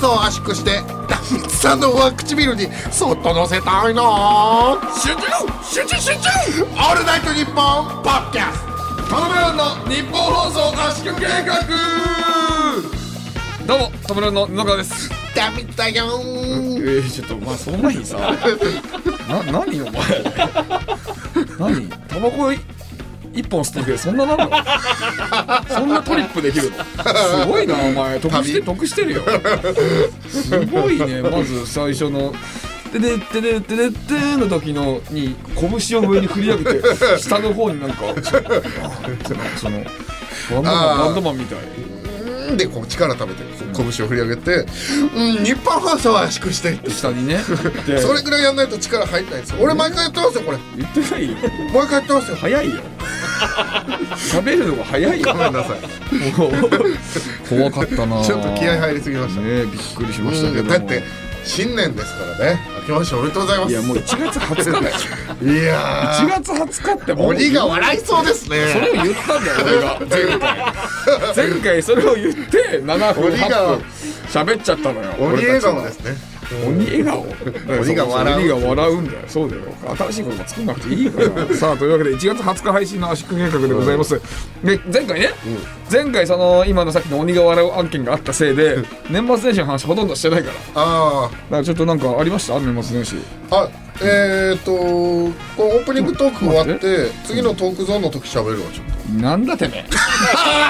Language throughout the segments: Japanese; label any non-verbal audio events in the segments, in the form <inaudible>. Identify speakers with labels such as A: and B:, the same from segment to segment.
A: ソを圧縮してダンさんの上唇にそっと乗せたいな
B: 集中集中集中
A: オールナイトニッポンポッドキャスト
B: トム・ブラウンの日本放送圧縮計画どうもトム・ブラウンの布川です
A: ダメだよ
B: え
A: ー
B: ー、ちょっとまあその前に <laughs> さな何お前何タバコい一本吸ってるけどそんななんのそんなトリップできるのすごいなお前得して
A: 旅
B: 得してるよすごいねまず最初の「てでてでてでてー」の時のに拳を上に振り上げて下の方になんかそのバンドマ
A: あ
B: ン
A: ー
B: バンドマンみたい
A: うんでこう力食べてこ拳を振り上げて「うん日本放送を圧縮して」って
B: 下にねで
A: それぐらいやんないと力入んないです俺毎回やってますよこれ
B: 言ってないよ
A: 毎回やってますよ
B: 早 <laughs> いよ喋るのが早いよ
A: ごめんなさい
B: 怖かったな
A: ちょっと気合入りすぎました
B: ね
A: ね
B: えびっくりしましたけど
A: うん
B: も
A: だって新年ですからね明けましておめでとう <laughs> ございます
B: いやもう1月20日だよ
A: いやー
B: 1月20日ってもう
A: 鬼が笑いそうです
B: それ
A: ね
B: を言ったんだよ俺
A: <laughs>
B: が前回前回それを言って7分8分
A: 鬼が
B: 喋っちゃったのよ
A: 鬼笑顔ですすね
B: 鬼笑顔
A: <laughs> 鬼が笑う
B: 鬼が笑うんだよそうだよ新しいことも作んなくていいからさあというわけで1月20日配信の圧縮計画でございます、で前回ね、前回その今のさっきの鬼が笑う案件があったせいで年末年始の話ほとんどしてないからだか
A: あ
B: らちょっとなんかありました年末年始
A: ああえっ、ー、とこのオープニングトーク終わ
B: 待
A: っ
B: って
A: 次のトークゾーンの時喋るわちょっ
B: なんだてめえ <laughs>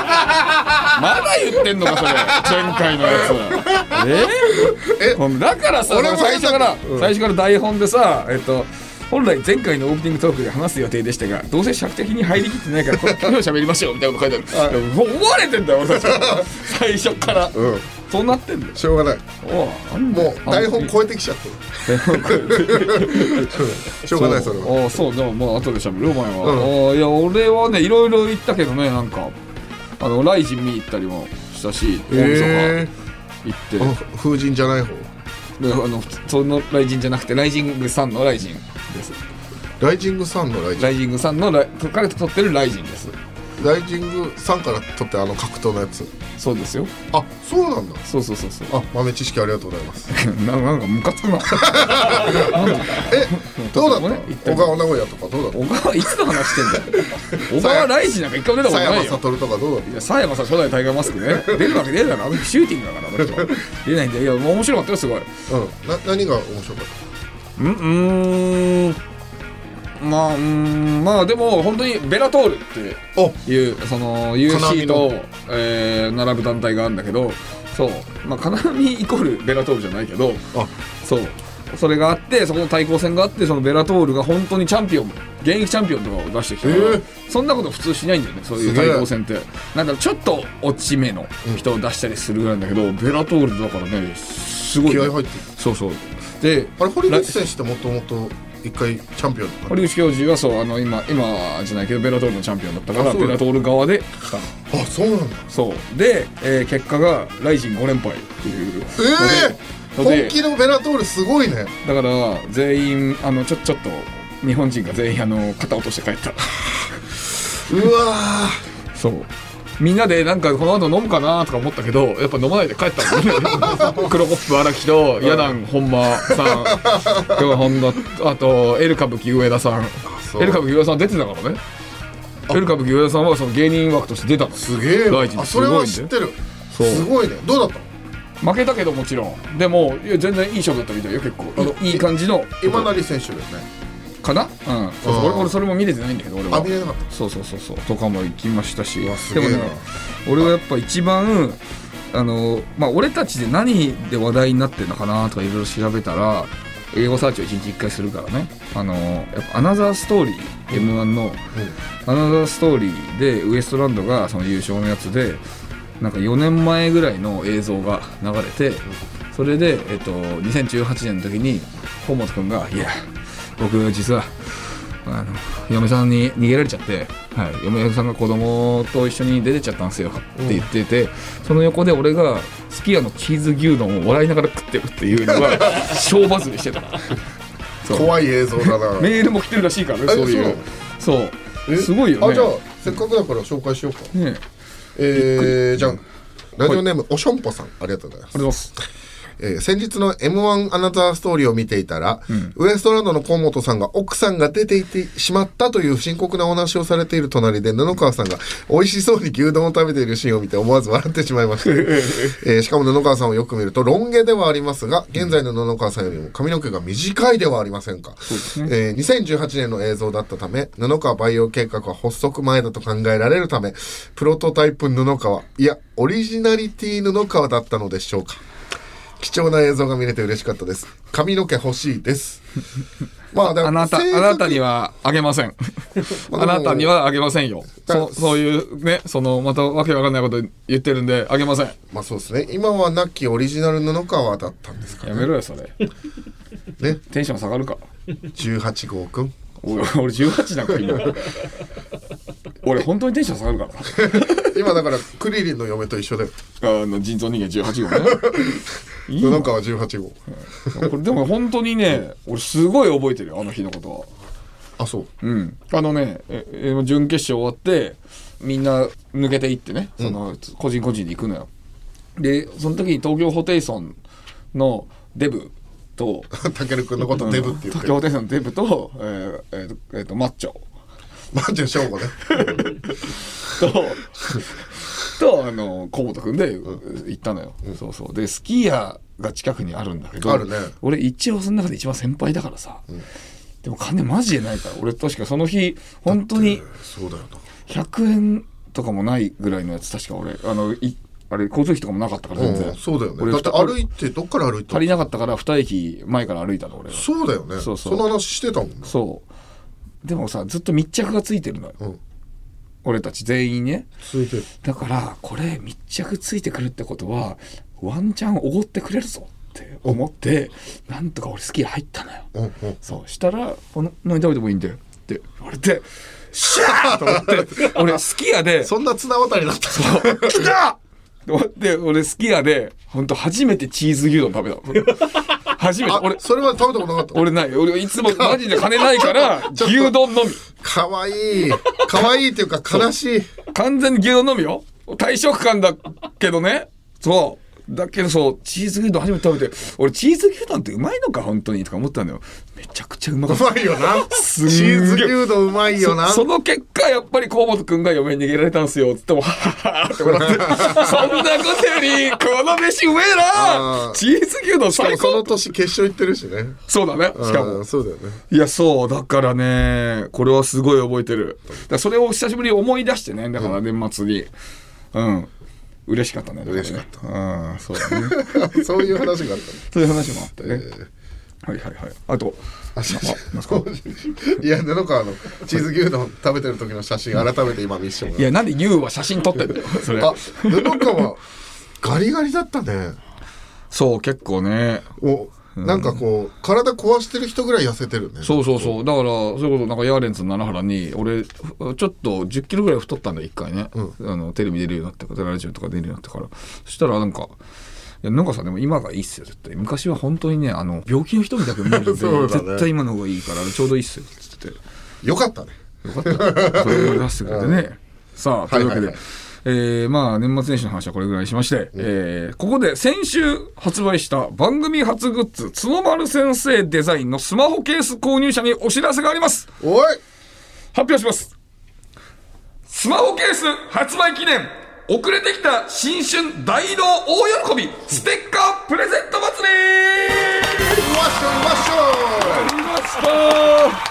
B: まだ言ってんのかそれ前回のやつえ
A: え
B: もうだからさ
A: 俺も
B: 最初から、
A: うん
B: 最初から台本でさえっと本来前回のオープニングトークで話す予定でしたがどうせ尺的に入りきってないからこれ今日喋りましょうみたいなこと書いてあるもう思われてんだよ俺たち最初から、
A: とうん
B: そうなってんだよ
A: しょうがない
B: おうなんだ
A: も
B: よ
A: う台本超えてきちゃって
B: <laughs>
A: るしょうがないそれは
B: ああそうでもまあ後で喋るお前は、
A: う
B: ああいや俺はねいろいろ行ったけどねなんかあのライジン見に行ったりもしたし大晦日
A: え
B: 行って、
A: ー、あ風神じゃない方
B: であのそのライジンじゃなくてライジングさんのライジンです
A: ライジングサンのライジン
B: ライジングさんのライから撮ってるライジンです
A: グライジングサンから取ってあの格闘のやつ
B: そうですよ
A: あそうなんだ
B: そうそうそうそう
A: あ豆知識ありがとうございます
B: <laughs> ななんかムカつくな
A: どうだっ
B: もね行った
A: た小
B: り
A: 川名古屋とかどうだった
B: <laughs> 小川いつの話してん <laughs> だよ小川ライジンなんか一回も出た
A: 佐
B: ことな
A: 山
B: いよ
A: 悟とかどうだっ
B: いや佐山さん初代タイガーマスクね出るわけねえだろあの人シューティングだからあの人は出ないんでいやもう面白かったよすごい
A: たうんな何が面白かっ
B: うんうーんまあうーんまあでも本当にベラトールった
A: お
B: ていうその
A: 金網
B: UFC
A: の
B: と、えー並ぶ団体があるんだけどそうまあ金網イコールベラトールじゃないけど
A: あ
B: そうそれがあってそこの対抗戦があってそのベラトールが本当にチャンピオン現役チャンピオンとかを出してきたから、
A: えー
B: そんなこと普通しないんだよねそういう
A: すげえ
B: 対抗戦ってなんかちょっと落ち目の人を出したりするぐらいなんだけど、ベラトールだからねすごい
A: 気
B: ね、
A: 合入ってる
B: そうそうで
A: あれ堀口選手ってもともと一回チャンピオンだった
B: 堀口教授はそうあの今今じゃないけどベラトールのチャンピオンだったか
A: あ
B: ら
A: そうだ
B: ベラトール側で来たの
A: あそうなんだ
B: そうで、えー結果がライジン5連敗っていう
A: ええ
B: ので
A: 本気のベラトールすごいね
B: だから全員あのちょちょっと日本人が全員あの肩落として帰った
A: うわ
B: そうみんなでなんかこの後飲むかなとか思ったけどやっぱ飲まないで帰ったもんね
A: <laughs>
B: 黒コップ荒木とヤダン本間さん今日本田あとエル歌舞伎上田さん
A: そう
B: エル歌舞伎上田さん出てたからねエル歌舞伎上田さんはその芸人枠として出たの
A: ーすげえわ
B: 大臣
A: あ
B: す
A: そ
B: ごい
A: れ
B: ね
A: は知ってる
B: そう
A: すごいねどうだったの
B: 負けたけどもちろんでもいや全然いい勝負だったみたいよ結構あのいい感じの
A: 今成選手だよね
B: かなうんそうそう
A: あー
B: 俺俺それも見れてないんだけど俺
A: あ
B: は
A: 見れなかった
B: そうそうそうそうとかも行きましたし
A: わす
B: で
A: げえ
B: も
A: な
B: ね俺はやっぱ一番あのまあ俺たちで何で話題になってるのかなとかいろいろ調べたら英語サーチを1日1回するからねあのやっぱアナザーストーリー m 1の、アナザーストーリーでウエストランドがその優勝のやつでなんか4年前ぐらいの映像が流れてそれで、えっと、2018年の時に河本君が「いや僕実はあの嫁さんに逃げられちゃって、はい、嫁さんが子供と一緒に出てっちゃったんですよ」って言ってて、その横で俺がすき家のチーズ牛丼を笑いながら食ってるっていう
A: <laughs>
B: のが小バズりしてたそう
A: 怖い映像だな
B: <laughs> メールも来てるらしいからねそういうそう
A: え
B: すごいよね
A: あじゃあせっかくだから紹介しようか
B: ね
A: え
B: え
A: ー、じゃんラジオネームおしょんぽさんありがとうございます
B: ありがとうございます
A: えー先日の m 1アナザーストーリーを見ていたら、
B: うん
A: ウエストランドの河本さんが奥さんが出ていってしまったという深刻なお話をされている隣で布川さんが美味しそうに牛丼を食べているシーンを見て思わず笑ってしまいま
B: <laughs>
A: した、えーしかも布川さんをよく見るとロン毛ではありますが現在の布川さんよりも髪の毛が短いではありませんか、えー2018年の映像だったため布川培養計画は発足前だと考えられるためプロトタイプ布川いやオリジナリティ布川だったのでしょうか貴重な映像が見れて嬉しかったです髪の毛欲しいです
B: <laughs>
A: まあだ
B: あなた、あ
A: 性格
B: なたにはあげません。
A: <laughs> ま
B: あ
A: あでも
B: なたにはあげませんよ。
A: だ
B: そう、そういうね、その、またわけわかんないこと言ってるんで、あげません。
A: まあそうですね今はなきオリジナル布川だったんです
B: <laughs>
A: か
B: やめろよ、それ。
A: ね
B: テンション下がるか。
A: 18号くん
B: お俺、18なんか今。俺、本当にテンション下がるから。
A: 今だからクリリンの嫁と一緒で
B: あの人造人間18号
A: <laughs>
B: ねいい
A: 布
B: の
A: 川18号
B: これでも本当にね俺すごい覚えてるよあの日のことは
A: あそう <laughs>
B: うんあのねええ準決勝終わってみんな抜けていってねその、個人個人で行くのよでその時に東京ホテイソンのデブと
A: たけるくんのこと <laughs> デブって言っ
B: 東
A: てる
B: 京ホテイソンのデブと,、えーえーとえーとマッチョ
A: マッチョショーゴね <laughs>
B: ととあの河本君で行ったのよ、そうそうでスキーヤーが近くにあるんだけど
A: あるね
B: 俺一応その中で一番先輩だからさ、でも金マジでないから俺確かその日本当に
A: <laughs> そうだよな
B: 100円とかもないぐらいのやつ確か俺あのいあれ交通費とかもなかったから全然、
A: うんそうだよね
B: 俺
A: だって歩いてどっから歩いた
B: 足りなかったから2駅前から歩いたの俺は
A: そうだよね
B: そ
A: そう
B: そう
A: の話してたもんな
B: そうでもさずっと密着がついてるのよ
A: うん
B: 俺たち全員ね
A: 続いて
B: だからこれ密着ついてくるってことはワンチャンおごってくれるぞって思ってなんとか俺スキー入ったのよ
A: うん
B: <laughs>
A: うん
B: そうしたら「この何食べてもいいんだよ」って言われて「シャー!」と思って俺好きやで「
A: そんな綱渡りだった
B: 来た!」と思って俺好きやで本当初めてチーズ牛丼食べたの初めて
A: あ
B: 俺
A: それまで食べたことなかっ
B: 俺ない俺いつもマジで金ないから
A: <laughs> ちょっと
B: 牛丼のみ
A: たかわいいかわいいっていうか悲しい
B: 完全に牛丼のみよ大食感だけどねそうだけどそうチーズ牛丼初めて食べて俺チーズ牛丼ってうまいのか本当にとか思ったんだよめちゃくちゃうまかっ
A: う
B: た
A: まいよなチ
B: すんげえ
A: ーズ牛丼うまいよな
B: そその結果やっぱり河本くんが嫁に逃げられたんすよっつっても「はははは」っ
A: <laughs>
B: て笑って「そんなことよりこの飯うめえ
A: あー
B: なチーズ牛丼
A: しかも
B: 最
A: その
B: 高
A: 年決勝行ってるしね
B: そうだねしかも
A: うんそうだよね
B: いやそうだからねこれはすごい覚えてるだからそれを久しぶりに思い出してねだから年末にうん嬉しかったね嬉
A: しかった
B: うんそうだね
A: <laughs>
B: <laughs>
A: そういう話があっ
B: そういう話もあってねはいはいはいあと
A: た
B: <laughs>
A: の。いや、布川のチーズ牛丼食べてる時の写真、改めて今見せても
B: い
A: らう。
B: やなんで YOU は写真撮ってんだよそれ
A: あ、布川、ガリガリだったね。
B: そう結構ね
A: お、なんかこう、体壊してる人ぐらい痩せてるね。
B: そうそうそうだからそういうことなんかヤーレンズの奈良原に俺ちょっと1 0キロぐらい太ったんだよ一回ね、あのテレビ出るようになってからラジオとか出るようになってからそしたらなんかいやなんかさんでも今がいいっすよ絶対昔は本当にねあの病気の人みたく見えるんで、
A: <laughs> そうだね
B: 絶対今の方がいいからちょうどいいっすよっつってて
A: よかったね。
B: よかった。それを思い出してくれてね。さあ、というわけで、
A: はいはいはい
B: えーまあ、年末年始の話はこれぐらいにしまして、えーここで先週発売した番組初グッズ、角丸先生デザインのスマホケース購入者にお知らせがあります。
A: おい
B: 発表します。スマホケース発売記念遅れてきた新春大移動大喜びステッカープレゼント祭り
A: うまっしょうまっしょ
B: ありま <laughs> した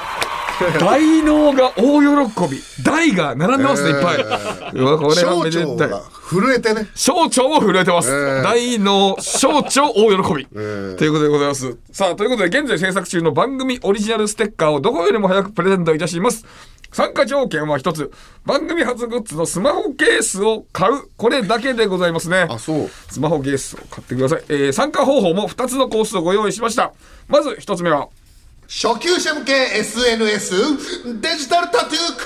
B: 大脳が大喜び大が並んでますね、
A: えー
B: いっぱいうわこれは
A: 小
B: めで
A: 腸
B: たい
A: が震えてね。
B: 小腸も震えてます、
A: えー
B: 大脳小腸大喜び、
A: ー
B: ということでございますさあということで現在制作中の番組オリジナルステッカーをどこよりも早くプレゼントいたします参加条件は一つ番組初グッズのスマホケースを買うこれだけでございますね
A: あ、そう。
B: スマホケースを買ってください、えー参加方法も2つのコースをご用意しましたまず1つ目は
A: 初級者向け SNS デジタルタトゥーコ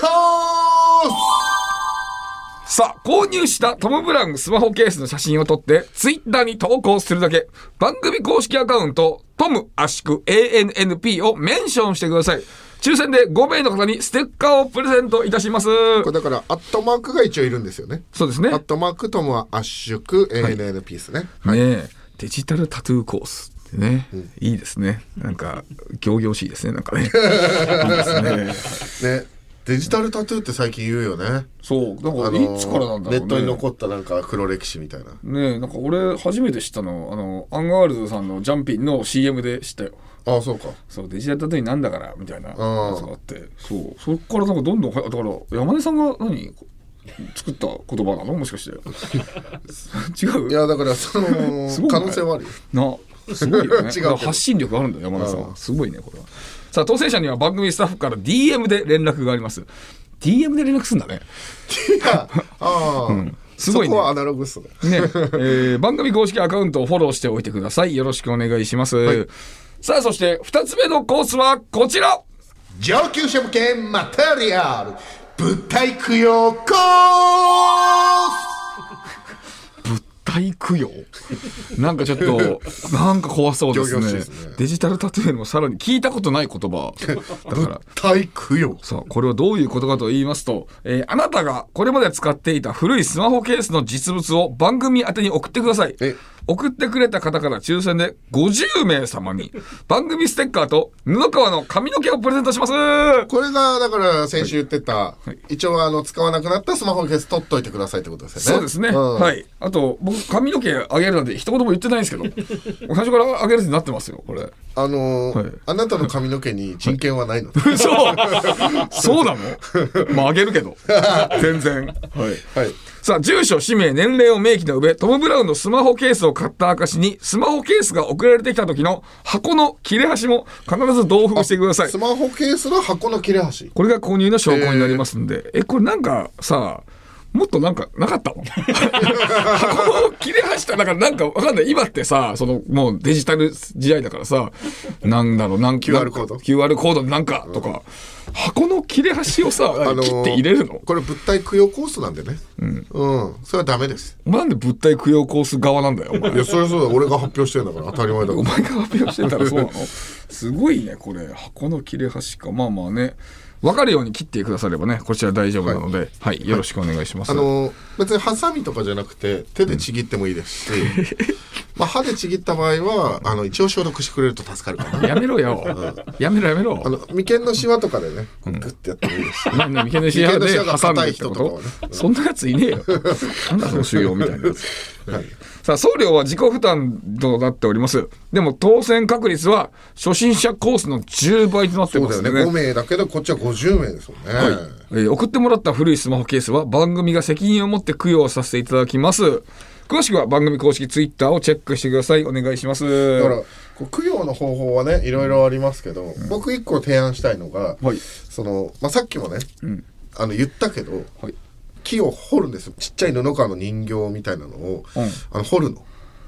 B: さあ、購入したトム・ブラウンスマホケースの写真を撮って、ツイッターに投稿するだけ、番組公式アカウント、トム圧縮 ANNP をメンションしてください。抽選で5名の方にステッカーをプレゼントいたします。
A: ースこれだから、アットマークが一応いるんですよね。
B: そうですね。
A: アットマークとも圧縮 ANN ピースね。
B: ねえデジタルタトゥーコースってね、いいですねなんか仰々しいですねなん
A: <laughs>
B: かねいいですね
A: ねデジタルタトゥーって最近言うよね
B: そうだ
A: あ
B: か
A: の
B: らいつからなんだろうね
A: ネットに残ったなんか黒歴史みたいな
B: ねえなんか俺初めて知ったのあのアンガールズさんのジャンピンの CM で知ったよ
A: ああそうか
B: そうデジタルタトゥーになんだからみたいなやつが
A: あ
B: あってそうそこからなんかどんどんはだから山根さんが何作った言葉なのもしかして <laughs> 違う
A: いやだからその
B: <laughs> すごいね
A: 可能性はあるよ
B: なすごいよね
A: <laughs> 違うけど
B: だから発信力があるんだよ山田さん
A: う
B: は
A: ん
B: すごいねこれはさあ当選者には番組スタッフから DM で連絡があります DM で連絡するんだね
A: いやああ、
B: すごいね
A: そこはアナログっすね <laughs>
B: ね、えー番組公式アカウントをフォローしておいてくださいよろしくお願いします、さあそして2つ目のコースはこちら
A: 上級者向けマテリアル物体供養コー
B: 物体供養なんかちょ
A: <laughs>
B: っとなんか怖そうです
A: 仰々し
B: ね
A: いですね
B: デジタルタトゥーよりもさらに聞いたことない言
A: <laughs>
B: 葉だから
A: ス体供養
B: さあこれはどういうことかと言いますと、えーあなたがこれまで使っていた古いスマホケースの実物を番組宛てに送ってください
A: え
B: 送ってくれた方から抽選で50名様に番組ステッカーと布川の髪の毛をプレゼントします
A: これがだから先週言ってた、
B: い
A: 一応あの使わなくなったスマホケース取っといてくださいってことですよね
B: そうですね、
A: ん
B: はいあと僕髪の毛あげるなんて一言も言ってないんですけど最初からあげるってなってますよこれ
A: あのー
B: はい
A: あなたの髪の毛に人権はないの、
B: <laughs> そうそうなのまああげるけど <laughs> 全然はい
A: はい、
B: さあ、住所、氏名、年齢を明記の上、トム・ブラウンのスマホケースを買った証に、スマホケースが送られてきた時の箱の切れ端も必ず同封してください
A: ス。マホケースの箱の切れ端
B: これが購入の証拠になりますんで、え、これなんかさ、もっとなんかなかったの <laughs> 箱の切れ端って、だからなんかわかんない。今ってさ、そのもうデジタル時代だからさ、なんだろう、なん
A: QR コード
B: QR コードなんかとか、箱の切れ端をさ、
A: ー
B: 切って入れるの
A: これ物体供養コースなんでねうん、それはダメです
B: お前なんで物体供養コース側なんだよ、お前 <laughs>
A: い。やそれはそうだ俺が発表してるんだから当たり前だ
B: お
A: か
B: 前が発表してたらそうなの <laughs> すごいねこれ箱の切れ端かまあまあね分かるように切ってくださればねこちら大丈夫なので、はいよろしくお願いします、
A: あのー別にハサミとかじゃなくて手でちぎってもいいですし、
B: <laughs>
A: まあ、歯でちぎった場合はあの一応消毒してくれると助かるかな
B: やめろよ、やめろやめろ
A: あの眉間のシワとかでねグッてやってもいいですし、
B: なんだ眉間のシワ
A: 眉間のシ
B: で
A: ワが
B: 挟んで
A: 硬
B: る
A: い
B: って
A: 人
B: こ
A: と
B: と
A: かはね
B: そんなやついねえ
A: <laughs>
B: よなんだその収容みたいなやつさあ送料は自己負担となっておりますでも当選確率は初心者コースの10倍となっ
A: そ
B: て
A: う
B: ま
A: だ
B: す
A: よね5名だけどこっちは50名ですもんね、
B: えー送ってもらった古いスマホケースは番組が責任を持って供養させていただきます詳しくは番組公式ツイッターをチェックしてくださいお願いします
A: だからこう供養の方法はねいろいろありますけど、僕一個提案したいのが、
B: はい
A: そのまあ、さっきもね、
B: ん
A: あの言ったけど
B: はい
A: 木を掘るんですよちっちゃい布川の人形みたいなのを、
B: うん
A: あの掘るの、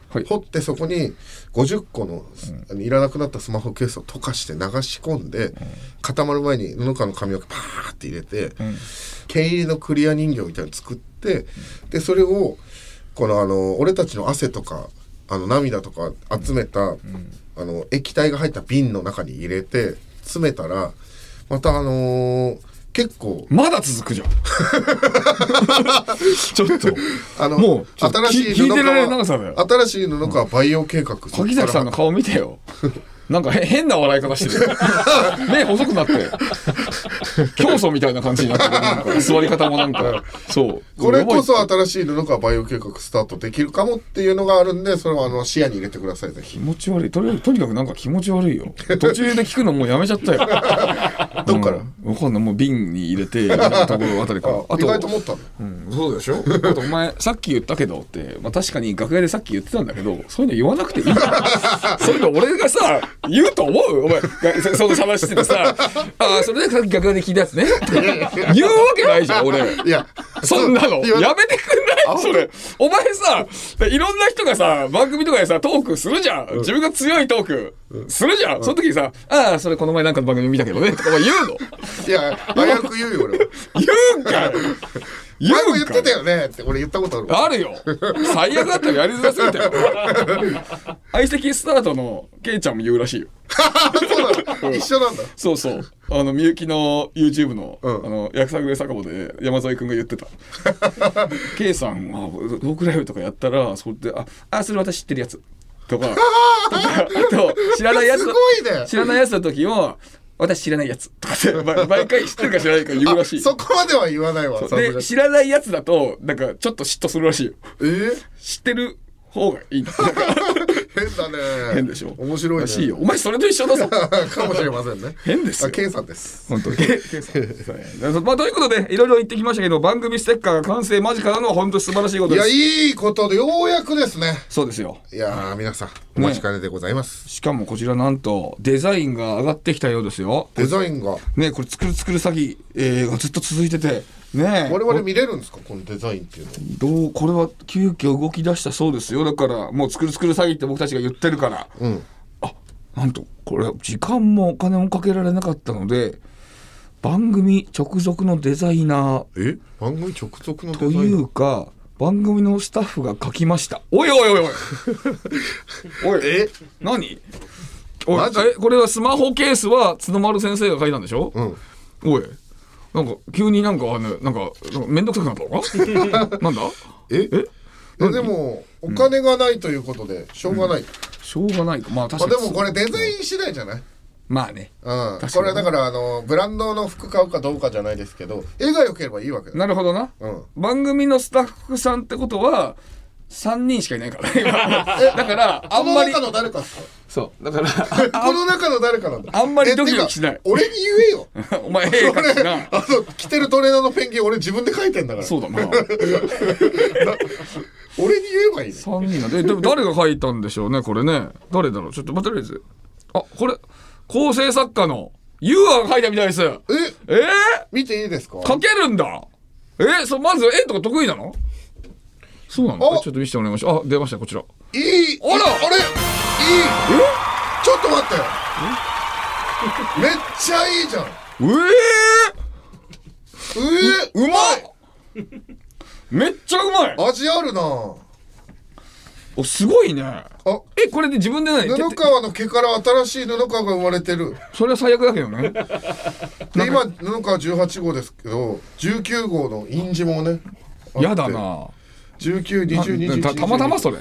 B: はい
A: 掘ってそこに50個の,、あのいらなくなったスマホケースを溶かして流し込んで、固まる前に布川の髪をパーって入れて、毛入りのクリア人形みたいなの作って、でそれをこのあの俺たちの汗とかあの涙とか集めた、あの液体が入った瓶の中に入れて詰めたらまたあのー結構
B: まだ続
A: <laughs>
B: くじゃんちょっと
A: あの
B: もうちょっと
A: 新しい
B: 聞
A: 布
B: いてられる長さだよ
A: 川新しい布川培養計画そっ
B: 柿崎さんの顔見てよなんかへ変な笑い方して
A: <laughs>
B: るよ目細くなって教祖みたいな感じになってるなんか座り方もなんかそう
A: これこそ
B: やばい
A: 新しい布川培養計画スタートできるかもっていうのがあるんでそれはあの視野に入れてくださいぜひ
B: 気持ち悪いとりあえずとにかくなんか気持ち悪いよ途中で聞くのもうやめちゃったよ
A: <laughs> どっから、
B: うんわかんないもう瓶に入
A: <laughs>
B: れてみたいなところあたりから
A: あ意外と思ったの
B: うん、そうで <laughs> しょあとお前さっき言ったけどって、まあ、確かに楽屋でさっき言ってたんだけどそういうの言わなくていい <laughs> からそういうの俺がさ言うと思うお前がそその話しててさ「ああそれでさっき楽屋で聞いたやつね」 <laughs> って言うわけないじゃん俺
A: い
B: <laughs>
A: や
B: そんなの
A: いや
B: やめてくんないそれお前さいろんな人がさ番組とかでさトークするじゃん、自分が強いトークするじゃん、その時にさ「ああそれこの前なんかの番組見たけどね」とかお前言うの
A: いや早く言うよ俺は
B: 言うんかい言
A: 前も
B: う
A: 言
B: ん
A: っ
B: か
A: て
B: い
A: たよねって俺言ったことあるわ
B: あるよ最悪だったらやりづらすぎたよ相席スタートのケイちゃんも言うらしいよ
A: そうなの一緒なんだ
B: そうそうあのみゆきの YouTube の「
A: うん
B: あのやくさぐれ酒場」で山添君が言ってたケイさんは僕ライブとかやったらそれで「ああそれ私知ってるやつとかとかあと知らないやつ
A: すごいね
B: 知らないやつの時を私知らないやつとかってま毎回知ってるか知らないか言うらしい
A: そこまでは言わないわさすが
B: で
A: に
B: 知らないやつだとなんかちょっと嫉妬するらしいよ
A: えー、
B: 知ってる方がいいんだなんか
A: 変だね
B: 変でしょ
A: 面白いね
B: らしいよお前それと一緒 <laughs> だぞ
A: <laughs> かもしれませんね
B: 変です
A: あ
B: よ
A: ケンさんです
B: 本当に。まあということでいろいろ言ってきましたけど番組ステッカーが完成間近なのは本当に素晴らしいこ
A: い
B: とで
A: や
B: す。
A: いいことでようやくですね
B: そうですよ。
A: いやー皆さんお待ちかねでございます、
B: しかもこちらなんとデザインが上がってきたようですよ。
A: デザインが
B: ねこれ作る作る詐欺、えーがずっと続いててね
A: 我々見れるんですかこのデザインっていうの
B: どうこれは急遽動き出したそうですよだからもう作る作る詐欺って僕たちが言ってるから、
A: うん
B: あなんとこれ時間もお金もかけられなかったので番組直属のデザイナー
A: え番組直属のデザ
B: と
A: イ
B: い
A: ン
B: うか番組のスタッフが書きましたおいおいおいおいお
A: <laughs>
B: い
A: え
B: 何おい
A: マジ
B: えこれはスマホケースは角丸先生が書いたんでしょ、
A: うん
B: おいなんか急になんかあのなんかなんか面倒く
A: <laughs>
B: さくなったのかなんだ
A: え
B: え
A: えでもお金がないということでしょうがない、
B: しょうがないか
A: ま
B: まあ
A: あ、
B: 確
A: で
B: かに
A: もこれデザイン次第じゃない
B: まあね
A: うん、
B: 確かに
A: これはだからあのブランドの服買うかどうかじゃないですけど絵が良ければいいわけだ
B: なるほどな、
A: うん
B: 番組のスタッフさんってことは3人しかいな
A: <laughs>
B: いからね今だからあ
A: こ
B: ん
A: の
B: まり
A: 中の誰かっすか
B: そうだから
A: <laughs> この中の誰かなんだ
B: あんまり
A: え
B: ドキドキ
A: てか
B: しない
A: 俺に言えよ
B: お前ええか
A: 俺
B: な
A: あの着てるトレーナーのペンギン俺自分で描いてんだから
B: そうだな
A: 俺に言えばいいね
B: 三人なんで、えでも誰が書いたんでしょうね、これね。誰だろうちょっと、まあ、とりあえず。あ、これ、構成作家の、ゆうあが書いたみたいです。え
A: え
B: え
A: 見ていいですか
B: ー、書けるんだえそう、まず絵とか得意なのそうなの
A: あ
B: えちょっと見せてもらいましょう。あ、出ました、こちら。
A: いい
B: あら
A: あれいいちょっと待ってめっちゃいいじゃん
B: ええ
A: え
B: うまいめっちゃうまい
A: ー、味あるなあ
B: お、すごいね。え、これで自分でない
A: 布川の毛から新しい布川が生まれてる
B: それは最悪だけどね。
A: で今布川18号ですけど19号の印字もね
B: やだな。
A: 192021
B: たたまたまそれ。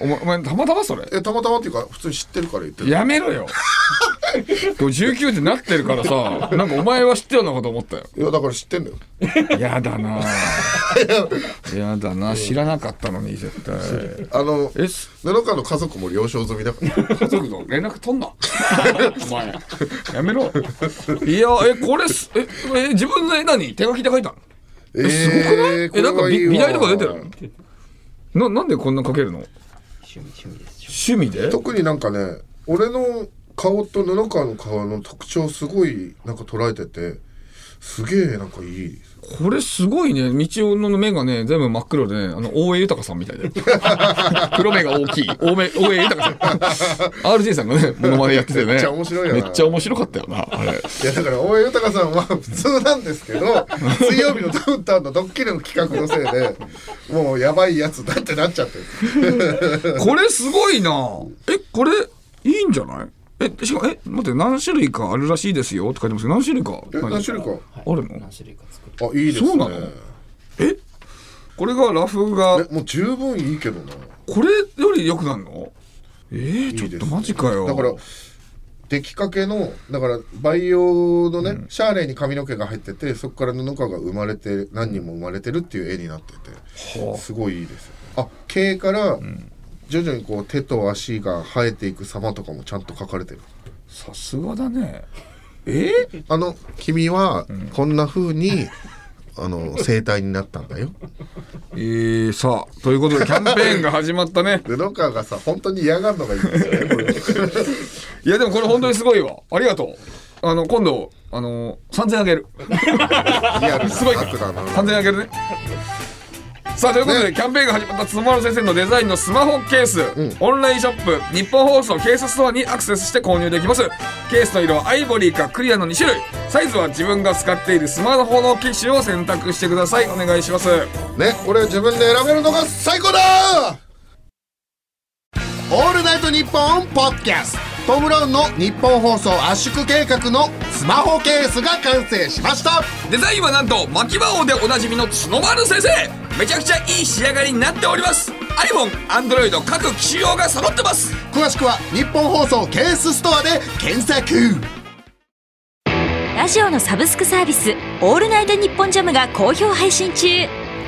B: お前、お前たまたまそれ。
A: えたまたまっていうか普通に知ってるから言ってる
B: やめろよ。でも19ってなってるからさ、なんかお前は知ってるのかと思ったよ。
A: いやだから知ってんだよ
B: やだな。やだな。知らなかったのに絶対。
A: <laughs> あの
B: え、す
A: 布川の家族も了承済みだから
B: 家族と連絡取んな。お前、やめろ。いや、え、これす、え、え自分の絵何手書きで書いたの
A: えー、
B: すごくないえ、なんか
A: これはいい
B: 美
A: わ
B: 美大とか出てるのな、なんでこんな書けるの趣味、趣味です。趣味で
A: 特になんかね俺の顔と布川の顔の特徴すごいなんか捉えててすげえなんかいい
B: これすごいね。道夫の目がね、全部真っ黒でね、あの、大江豊さんみたいだよ。 <laughs> 黒目が大きい。大江、大江豊さん。RJ さんがね、モノマネやっててね。
A: めっちゃ面白いよな
B: めっちゃ面白かったよな、あれ。
A: いやだから大江豊さんは <laughs> 普通なんですけど水曜日のダウンタウンのドッキリの企画のせいでもうやばいやつだってなっちゃってる
B: <laughs> これすごいなえ、これ、いいんじゃないえ、しかも、え、待って、何種類かあるらしいですよって書いてますけど、何種類か。
A: え何種類か
B: あるの
C: 何種類か作る
A: あいいですね
B: そうなのこれがラフが、
A: えもう十分いいけどな
B: これより良くなるのえー、
A: いい
B: ちょ
A: です
B: っと
A: ね
B: マジかよ。
A: だから出来かけのだから培養のね、シャーレに髪の毛が入っててそこから布川が生まれて何人も生まれてるっていう絵になってて、
B: はあ
A: すごいいいですよあ毛から徐々にこう手と足が生えていく様とかもちゃんと描かれてる
B: さすがだね。え
A: あの君はこんな風
B: <laughs>
A: に、あの生体になったんだよ
B: えー、さあ、ということで、キャンペーンが始まったね。
A: 布川がさ本当に嫌がるのがいいんですよねこれ
B: <laughs> いや、でもこれ本当にすごいわ。ありがとう。あの、今度、あの、3000あげる。
A: リアル
B: す <laughs> ごい
A: な
B: から
A: 額だな
B: 3000あげるね。さあ、ということで、キャンペーンが始まった角丸先生のデザインのスマホケース、オンラインショップ、日本放送ケースストアにアクセスして購入できます。ケースの色はアイボリーかクリアの2種類。サイズは自分が使っているスマホの機種を選択してください。お願いします。
A: ね、俺は自分で選べるのが最高だオールナイトニッポンポッドキャストトム・ブラウンの日本放送圧縮計画のスマホケースが完成しました
B: デザインはなんと巻き魔王でおなじみの角丸先生めちゃくちゃいい仕上がりになっております iPhone、Android 各機種用が揃ってます
C: 詳しくは日本放送ケースストアで検索
D: ラジオのサブスクサービス「オールナイトニッポンジャム」が好評配信中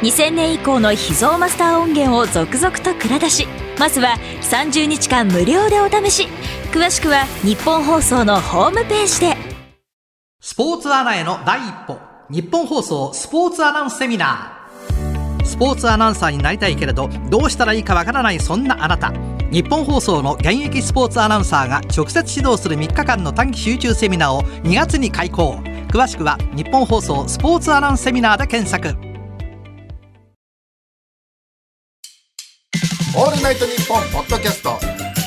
D: 2000年以降の秘蔵マスター音源を続々と蔵出しまずは30日間無料でお試し詳しくは日本放送のホームページで
E: スポーツアナへの第一歩。日本放送スポーツアナウンスセミナー。スポーツアナウンサーになりたいけれど、どうしたらいいかわからないそんなあなた。日本放送の現役スポーツアナウンサーが直接指導する3日間の短期集中セミナーを2月に開講。詳しくは日本放送スポーツアナウンスセミナーで検索。
C: 「オールナイトニッポン」ポッドキャスト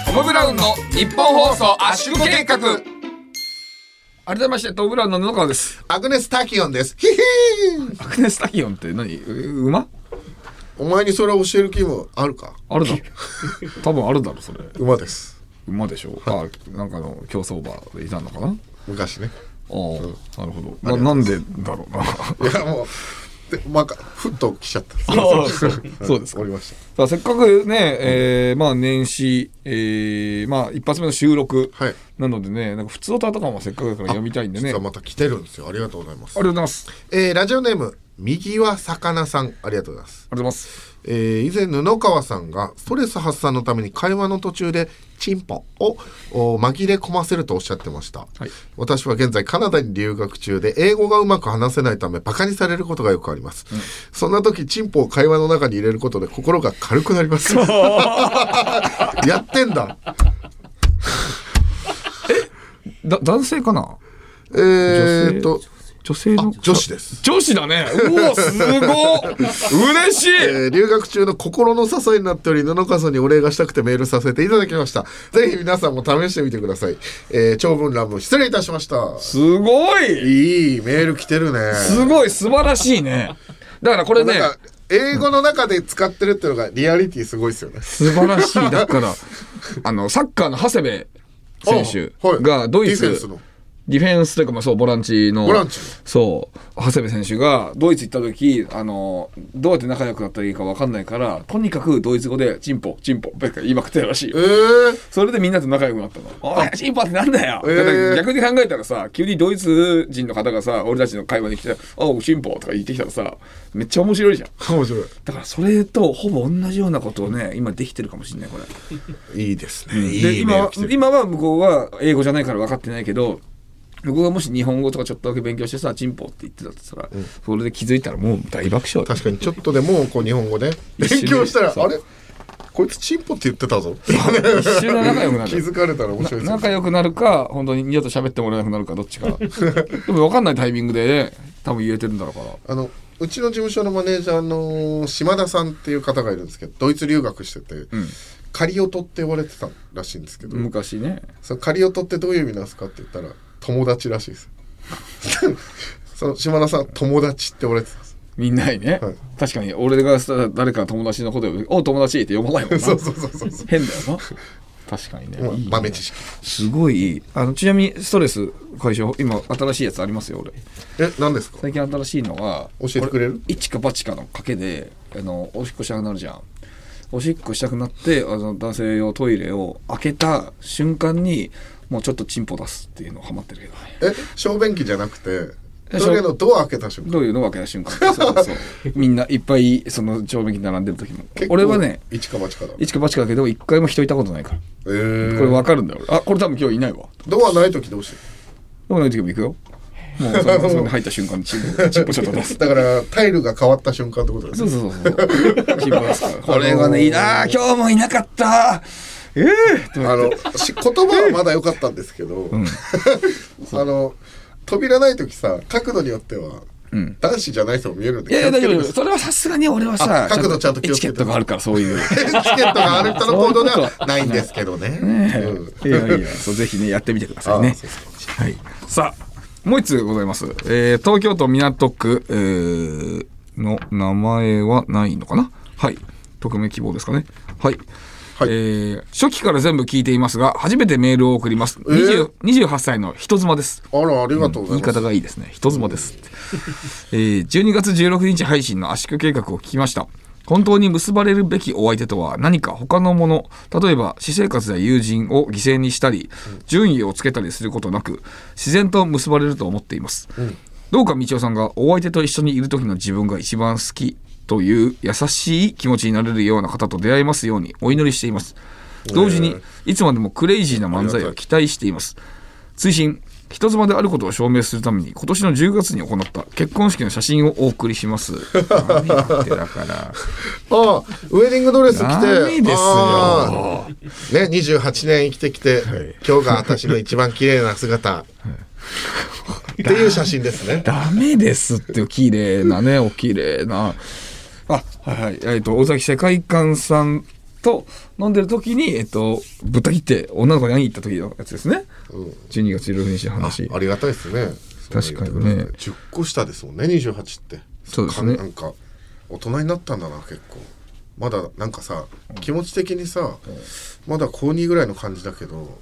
B: トム・ブラウンの日本放送圧縮計画改めましてトム・ブラウンの布川です
A: アグネス・タキオンですヒヒーン
B: アクネスタキオンって何う馬
A: お前にそれ教える気もあるか
B: ある <laughs> だろ多分あるだろそれ
A: 馬です
B: 馬でしょあなんかの競走馬でいたのかなあ
A: 昔ね
B: あ、なるほどななんでだろう <laughs> な
A: いやもうでまあ、ふっと来ちゃった
B: <laughs> そうです
A: 終
B: か
A: わりました
B: さあせっかくね、えーまあ、年始、えーまあ、一発目の収録
A: はい
B: なのでね、なんか普通歌とかもせっかくだから読みたいんで
A: 実
B: ね
A: は
B: ありが
A: また来てるんですよありがとうございます
B: とうございますあ
A: えーラジオネーム右は魚さんありがとうございます、
B: りがとうございます
A: えー以前布川さんがストレス発散のために会話の途中でチンポをお紛れ込ませるとおっしゃってました、
B: はい
A: 私は現在カナダに留学中で英語がうまく話せないためバカにされることがよくあります、そんな時チンポを会話の中に入れることで心が軽くなります
B: <laughs>
A: やってんだ
B: だ男性かな
A: えー、っと
B: 女性の
A: 女子です
B: 女子だねおおすごい嬉しい、
A: えー留学中の心の支えになっており布川さんにお礼がしたくてメールさせていただきましたぜひ皆さんも試してみてください、えー長文乱文失礼いたしました
B: すごい
A: いいメール来てるね
B: すごい素晴らしいねだからこれね
A: なんか英語の中で使ってるっていうのがリアリティすごいですよね
B: 素晴らしいだからあのサッカーの長谷部選
A: あはい
B: 手がドイツ、
A: ディフェンスの
B: ディフェンスというか、まあ、そうボランチの
A: ボランチ
B: そう長谷部選手がドイツ行った時あのどうやって仲良くなったらいいか分かんないからとにかくドイツ語で「チンポチンポ」ばっかり言いまくってたらしい
A: えー、
B: それでみんなと仲良くなったの「おいチンポってなんだよ
A: えー
B: だから逆に考えたらさ急にドイツ人の方がさ俺たちの会話に来て「おうチンポ」とか言ってきたらさめっちゃ面白いじゃん
A: 面白
B: だからそれとほぼ同じようなことをね今できてるかもしれないこれ。
A: いいいですね
B: で
A: いいメール
B: 今
A: 来てる
B: 今は向こうは英語じゃないから分かってないけど向こうがもし日本語とかちょっとだけ勉強してさ「チンポ」って言ってたとしたら、それで気づいたらもう大爆笑
A: 確かにちょっとでもこう日本語で
B: 一
A: 勉
B: 瞬で
A: 強したら
B: そう
A: あれこいつチンポって言ってたぞ
B: 一瞬で仲良くな
A: <laughs> 気
B: る
A: づかれたら面白いですね
B: 仲良くなるか本当に二度と喋ってもらえなくなるかどっ
A: <laughs>
B: ちかでも分かんないタイミングで、ね、多分言えてるんだろうから
A: あのうちの事務所のマネージャーの島田さんっていう方がいるんですけどドイツ留学してて、仮音って呼ばれてたらしいんですけど、
B: 昔ね
A: その仮音ってどういう意味なんですかって言ったら友達らしいです <laughs> その島田さん友達って呼ばれてたんです
B: みんなにね、
A: はい
B: 確かに俺がさ誰か友達のことを「お友達」って呼ばないもんな
A: <laughs> そうそうそうそうそう
B: 変だよな確かにね、
A: まあ
B: いいね
A: 豆知識
B: すごいいいあのちなみにストレス解消今新しいやつありますよ俺
A: え何ですか
B: 最近新しいのが
A: 教えてくれる
B: 俺一か八かの賭けであのおしっこしたくなるじゃんおしっこしたくなってあの男性用トイレを開けた瞬間にもうちょっとチンポ出すっていうのハマってるけどね
A: え小便器じゃなくて
B: え
A: トイレのドア開けた瞬間
B: どういうのを開けた瞬
A: <laughs>
B: 間そうそうみんないっぱいその正面に並んでる時も
A: 結構
B: 俺はね
A: 一か八かだえ
B: 一か八かだけど一回も人いたことないから
A: え
B: これ分かるんだよ俺あこれ多分今日いないわ
A: ドアない時どうしてる
B: でもない時も行くよもう
A: <laughs>
B: そのその入った瞬間にチンポチンポちょっと出す
A: だからタイルが変わった瞬間ってことです
B: そうそうそうそう。希望ですから。これが
A: あのー
B: ね、いいなあ今日もいなかったええと
A: あのし言葉はまだ良かったんですけど、 <laughs> あの扉ない時さ角度によっては、男子じゃない人も見えるんで
B: いやいや、大丈夫
A: 気
B: 大
A: を
B: 丈夫
A: つけて
B: それはさすがに俺はさ
A: あ、角度ちゃんと気
B: エ
A: をつ
B: チ
A: け
B: ケ
A: て
B: ットがあるから、そ
A: <laughs>
B: ういう。
A: くださいチケットがある人の行動ではないんですけど
B: <laughs>
A: ね。うん
B: いやいや、そうぜひね、やってみてください
A: あ
B: ね
A: そう。
B: はい。さあ、もう一つございます。えー東京都港区、えーの名前はないのかなはい。匿名希望ですかね。はい。
A: はい
B: えー初期から全部聞いていますが、初めてメールを送ります。20 28歳の人妻です。
A: あら、ありがとうござ
B: 言
A: い
B: い
A: ます。
B: 方がいいですね人妻です、えー12月16日配信の圧縮計画を聞きました本当に結ばれるべきお相手とは何か他のもの例えば私生活や友人を犠牲にしたり順位をつけたりすることなく自然と結ばれると思っています、どうか道夫さんがお相手と一緒にいる時の自分が一番好きという優しい気持ちになれるような方と出会えますようにお祈りしています同時にいつまでもクレイジーな漫才を期待しています追伸人妻であることを証明するために今年の10月に行った結婚式の写真をお送りします何やってだから
A: ああウェディングドレス着て
B: ダメですよ
A: ああね28年生きてきて、今日が私の一番綺麗な姿っていう写真ですね
B: ダメですっていう綺麗なねお綺麗なあはいはいえっ、と大崎世界観さんと飲んでる時にえっ、とぶった切って女の子に会いに行った時のやつですね、12月16日の
A: あ
B: 話
A: ありがたいですね
B: 確かにね
A: 10個下ですもんね28って
B: そうですね
A: かなんか大人になったんだな結構まだなんかさ気持ち的にさ、まだ高2ぐらいの感じだけど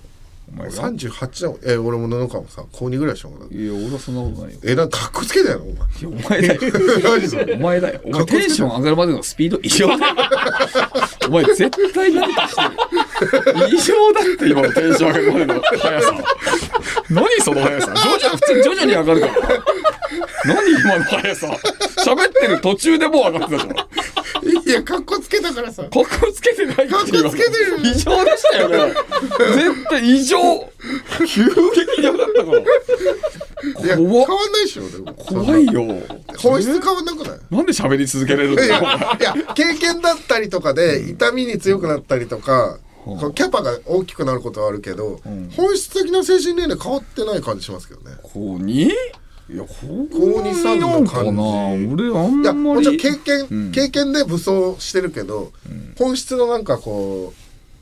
B: お前が
A: 38だもんえ俺も布川もさ高2ぐらいでしょまだ
B: いや俺はそんなことないよ
A: えなんかかっこつけたよなお前
B: <laughs> いやお前だよ
A: 何それ
B: お前だよお
A: かっこ
B: 前
A: つけ
B: テンション上がるまでのスピード異常だ
A: <laughs>
B: よお前絶対何かしてる異常だって今のテンション上がるまでの速さ何その速さ徐々に普通に徐々に上がるから何今の速さ喋ってる途中でもう上がってたじゃんか
A: いやかっこつけたからさ
B: っこつけてないって今
A: かっこつけてる
B: 異常でしたよね絶対
A: <laughs>
B: 異常急激に上がった
A: いや変わんない
B: から怖っ
A: でしょでも
B: 怖いよ
A: 本質変わんなくない
B: なんで喋り続けれるん
A: い
B: だ
A: や
B: よ
A: いや経験だったりとかで痛みに強くなったりとか、こうキャパが大きくなることはあるけど、本質的な精神年齢変わってない感じしますけどね。
B: 高二いや高
A: 高二三の感じ
B: な俺あん
A: いや
B: ま
A: もちろん
B: り
A: 経験、経験で武装してるけど、本質のなんかこ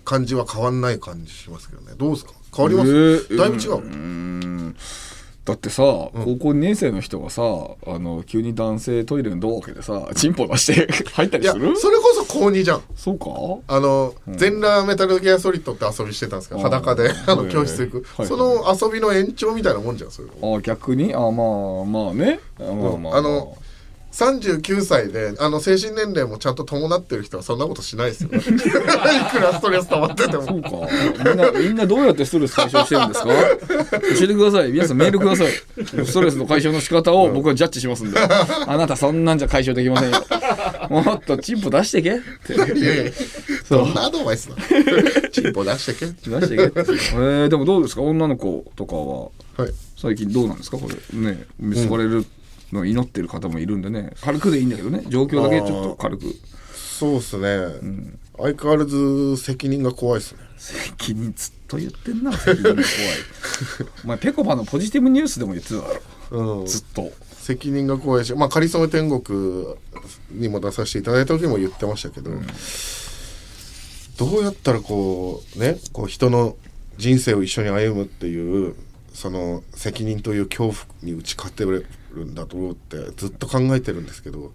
A: う感じは変わんない感じしますけどねどうですか変わります、
B: えー
A: だいぶ違う、
B: うんだってさ高校2年生の人がさあの急に男性トイレのドア開けてさチンポ出して <laughs> 入った
A: い
B: り
A: や
B: す
A: そ
B: る
A: れこそ高2じゃん
B: そうか
A: あの、全裸メタルギアソリッドって遊びしてたんですけど
B: あー
A: 裸であの
B: はいはい
A: 教室行く、
B: はい
A: その遊びの延長みたいなもんじゃんそれ
B: あ逆にあまあまあねあまあまあ
A: あの39歳であの精神年齢もちゃんと伴ってる人はそんなことしないですよいくらストレス溜まってて <laughs>
B: そう
A: も
B: かみんなみんなどうやってストレス解消してるんですか教えてください皆さんメールくださいストレスの解消の仕方を僕はジャッジしますんであなたそんなんじゃ解消できませんよもっとチンポ出してけって
A: いやいや
B: そう
A: どんなアドバイスなの <laughs> チンポ出してけ
B: 出していけえーでもどうですか女の子とかは
A: はい
B: 最近どうなんですかこれね結ばれるのを祈ってる方もいるんでね軽くでいいんだけどね状況だけちょっと軽く
A: そうですね、相変わらず責任が怖いですね
B: 責任ずっと言ってんな責任が怖い <laughs> お前ぺこぱのポジティブニュースでも言ってただろ
A: うん
B: ずっと
A: 責任が怖いしまあ「かりそめ天国」にも出させていただいた時も言ってましたけど、どうやったらこうねこう人の人生を一緒に歩むっていうその責任という恐怖に打ち勝てるんだろうってずっと考えてるんですけど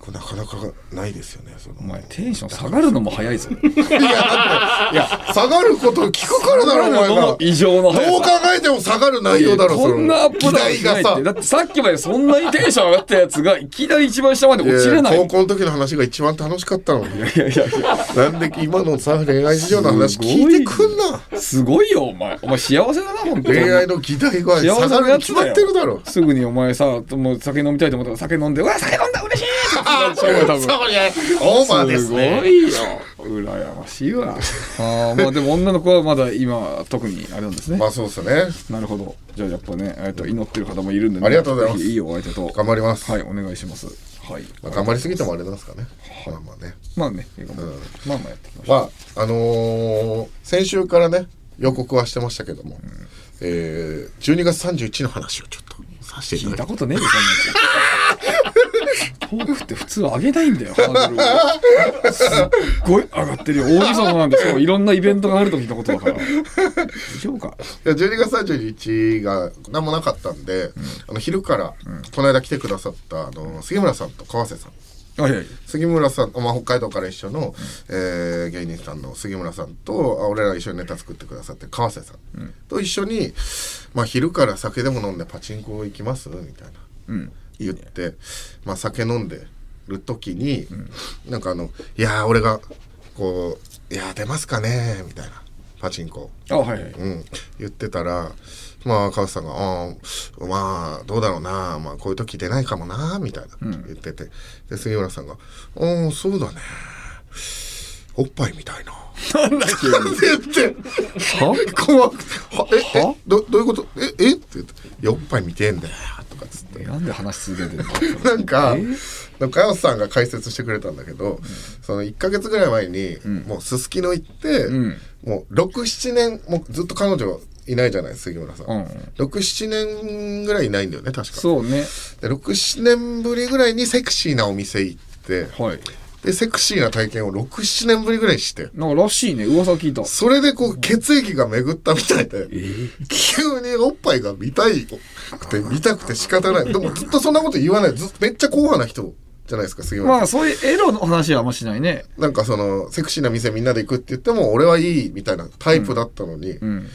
A: これなかなかないですよねその
B: お前テンション下がるのも早いぞ
A: 下がることを聞くからだろお前
B: 下がるの
A: が
B: も異常の速さ
A: どう考えても下がる内容だろ
B: こんなアップダウン
A: 議
B: しな
A: 題が
B: いっ
A: さ
B: てだってさっきまでそんなにテンション上がったやつがいきなり一番下まで落ちれないい
A: や高校の時の話が一番楽しかったのに
B: いやいやいや
A: なんで今のさ恋愛事情の話
B: すごい
A: 聞いてくんな
B: すごいよお前お前幸せだな本当に
A: 恋愛の議題が下
B: 幸せ
A: が
B: な
A: る
B: や
A: に
B: つ
A: 決
B: だ
A: ま
B: よ
A: ってるだろ
B: すぐにお前さもう酒飲みたいと思ったら酒飲んで「うわ酒飲んだ嬉しい!」ってなっちゃうよ多分
A: オーバーです
B: すご
A: ね
B: いよ羨ましいわあーまあでも女の子はまだ今特にあれなんですね
A: まあそうですね
B: なるほどじゃあやっぱね、えっと祈ってる方もいるんで、ね、
A: ありがとうございます
B: ぜひいいお相手と
A: 頑張ります
B: はいお願いしますはい
A: まあ頑張りすぎてもあれなんですかねまあまあね
B: まあね頑張ってまあまあやっていきましょ
A: まああのー先週からね予告はしてましたけどもえー12月31の話をちょっとさせていう
B: 聞
A: た
B: い
A: だ
B: た
A: き
B: ことねえよそんなやつトークって普通上げないんだよハードルをすっごい上がってるよ大晦日なんでそういろんなイベントがある時のことだから大丈夫か
A: いや12月31が何もなかったんで、あの昼からこの間来てくださったあの杉村さんと川瀬さん
B: あいやいや
A: 杉村さん、まあ、北海道から一緒の、えー芸人さんの杉村さんとあ俺ら一緒にネタ作ってくださってる川瀬さん、と一緒に、まあ、昼から酒でも飲んでパチンコ行きますみたいな、言って、まあ、酒飲んでる時に、なんかあの「いやー俺がこういやー出ますかね」みたいなパチンコ。
B: あはいはい
A: うん、言ってたらまあ川瀬さんが「あーまあどうだろうな、まあ、こういう時出ないかもな」みたいな言ってて、で杉浦さんが「ああそうだねおっぱいみたいな」なんだって言って怖くて「はええ
B: は
A: どどういうことええっ?」て言って「いやおっぱい見てんだよ」とかっつって。
B: なんで話し続けてる
A: <laughs>
B: の
A: なんか、なんか川瀬さんが解説してくれたんだけど、その1か月ぐらい前に、もうすすきの行って、
B: ん
A: もう67年もうずっと彼女いないじゃない杉村さん、
B: うんうん
A: 67年ぐらいいないんだよね確か
B: そうね
A: で67年ぶりぐらいにセクシーなお店行って
B: はい
A: でセクシーな体験を67年ぶりぐらいして
B: なんからしいね噂を聞いた
A: それでこう血液が巡ったみたいで、急におっぱいが見たいくて見たくて仕方ないでもずっとそんなこと言わないずっとめっちゃ硬派な人じゃないですか杉村さん
B: まあそういうエロの話はあんましないね
A: なんかそのセクシーな店みんなで行くって言っても俺はいいみたいなタイプだったのに、
B: ん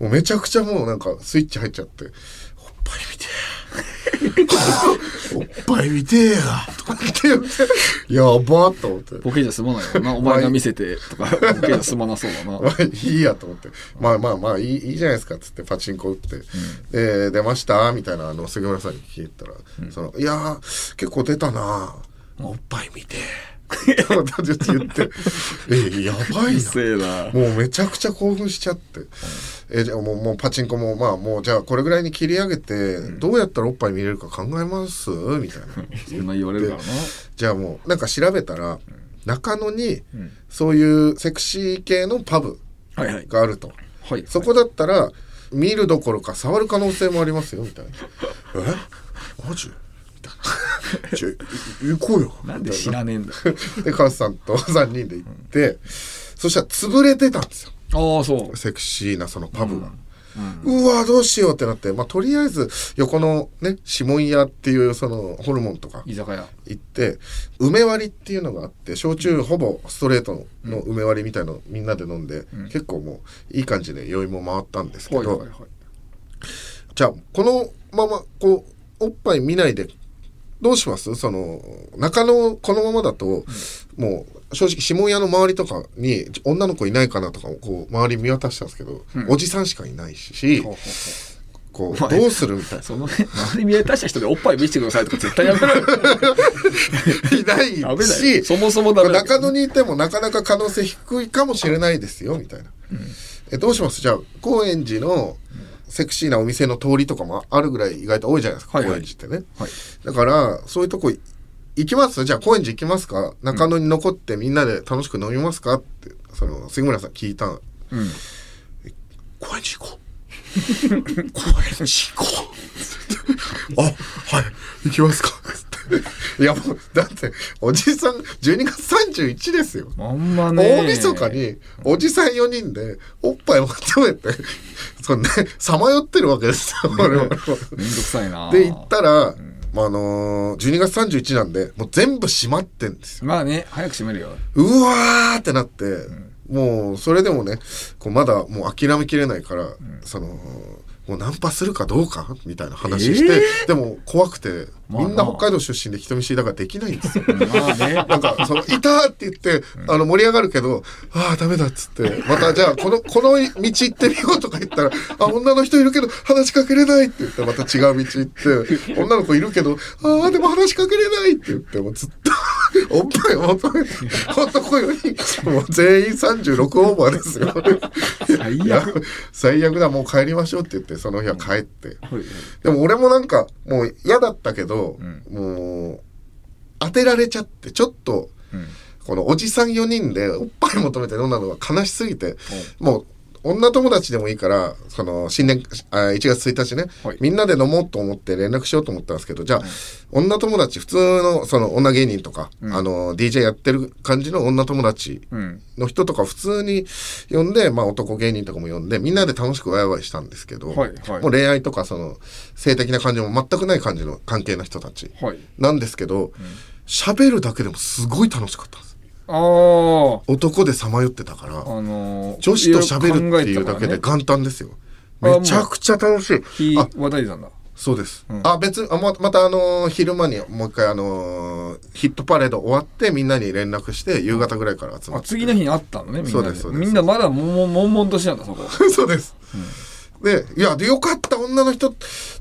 A: もうめちゃくちゃもうなんかスイッチ入っちゃっ
B: <laughs>
A: て「おっぱい見てえ <laughs> おっぱい見てえや」とかって言ってやばっと思って。
B: ボケじゃ済まないよなお前が見せて <laughs> とかボケじゃ済まなそうだな
A: まあい <laughs> いやと思って「まあまあまあいいいいじゃないですか」っつってパチンコ打って「で出ました?」みたいなあの杉村さんに聞いたら「そのいやー結構出たなおっぱい見 <laughs> て」とかって言って「えやば
B: う
A: い
B: る
A: な」
B: せえな
A: もうめちゃくちゃ興奮しちゃって、えじゃあもうもうパチンコもまあもうじゃあこれぐらいに切り上げて、どうやったらおっぱい見れるか考えますみたいな
B: そんな言われるからな
A: じゃあもうなんか調べたら、中野にそういうセクシー系のパブ
B: はいはい
A: があると、
B: はい
A: そこだったら見るどころか触る可能性もありますよみたいなえマジみたいなじゃあい行こうよ
B: なんで知らねえんだ
A: でカスさんと3人で行って、そしたら潰れてたんですよ
B: ああそう
A: セクシーなそのパブが。うわどうしようってなって、まあ、とりあえず横のね指紋屋っていうそのホルモンとか
B: 居酒屋
A: 行って梅割りっていうのがあって焼酎ほぼストレートの梅割りみたいのみんなで飲んで、結構もういい感じで酔いも回ったんですけ
B: はいはい
A: ど、
B: はい
A: じゃあこのままこうおっぱい見ないでどうしますその中野このままだと、もう正直指紋屋の周りとかに女の子いないかなとかをこう周り見渡したんですけど、おじさんしかいないし、
B: ほうほうほ
A: こう
B: お前
A: どうするみたいな
B: うそのね周り見えたした人でおっぱい見せてくださいとか絶対やめろよ
A: いない
B: ダメだ
A: し
B: よそもそもダメだよ
A: 中野にいてもなかなか可能性低いかもしれないですよみたいな、えどうしますじゃあ高円寺のセクシーなお店の通りとかもあるぐらい意外と多いじゃないですか、
B: はいは
A: 高
B: い
A: 円寺ってね、
B: はい
A: だからそういうとこい行きますじゃあ高円寺行きますか中野に残ってみんなで楽しく飲みますかってその杉村さん聞いたの
B: うん
A: 高円寺行こう高円寺行こう <laughs> あはい行きますか <laughs> つっていやもうだっておじさん12月31ですよ
B: あんまね
A: 大晦日におじさん4人でおっぱいを求めてそんねさまよってるわけですよ俺は。
B: めんどくさいな
A: で行ったら、まああのー、12月31なんでもう全部閉まってんですよ
B: まあね早く閉めるよ
A: うわーってなって、もうそれでもねこうまだもう諦めきれないから、そのもうナンパするかどうかみたいな話して、でも怖くて
B: まあ
A: みんな
B: まあ
A: 北海道出身で人見知りだからできないんですよ。
B: まあね
A: なん <laughs> か、その、いたーって言って、あの、盛り上がるけど、ああ、ダメだっつって、また、じゃあ、この、この道行ってみようとか言ったら、あ、女の人いるけど、話しかけれないって言って、また違う道行って、女の子いるけど、ああ、でも話しかけれないって言って、もうずっと、おっぱいを求めて、男より、もう全員36オーバーですよ。
B: 最
A: い
B: 悪
A: や、最悪だ、もう帰りましょうって言って、その日は帰って。
B: はいはい
A: でも俺もなんかもう嫌だったけど、もう当てられちゃってちょっと、このおじさん4人でおっぱい求めて飲んだのが悲しすぎて、もう女友達でもいいからその新年あ1月1日ね、
B: はい
A: みんなで飲もうと思って連絡しようと思ったんですけどじゃあ、女友達普通のその女芸人とか、あの DJ やってる感じの女友達
B: うん
A: の人とか普通に呼んで、まあ、男芸人とかも呼んでみんなで楽しくワイワイしたんですけど、
B: はいはい
A: もう恋愛とかその性的な感情も全くない感じの関係の人たち
B: はい
A: なんですけど喋、るだけでもすごい楽しかったんです
B: ああ
A: 男でさまよってたから
B: あのー、
A: 女子と喋るっていうだけで
B: 考えてたからね
A: 元旦ですよ
B: あもう
A: めちゃくちゃ楽しい
B: 非
A: あ
B: 話題なんだ。
A: そうです、
B: うん
A: あ別あままたあのー昼間にもう一回あのーヒットパレード終わってみんなに連絡して夕方ぐらいから集ま
B: あ
A: って
B: 次の日に会ったのねみんな
A: そうですそうです
B: みんなまだもんもんもんもんとしてたんだそこ
A: <laughs> そうです、でいやでよかった女の人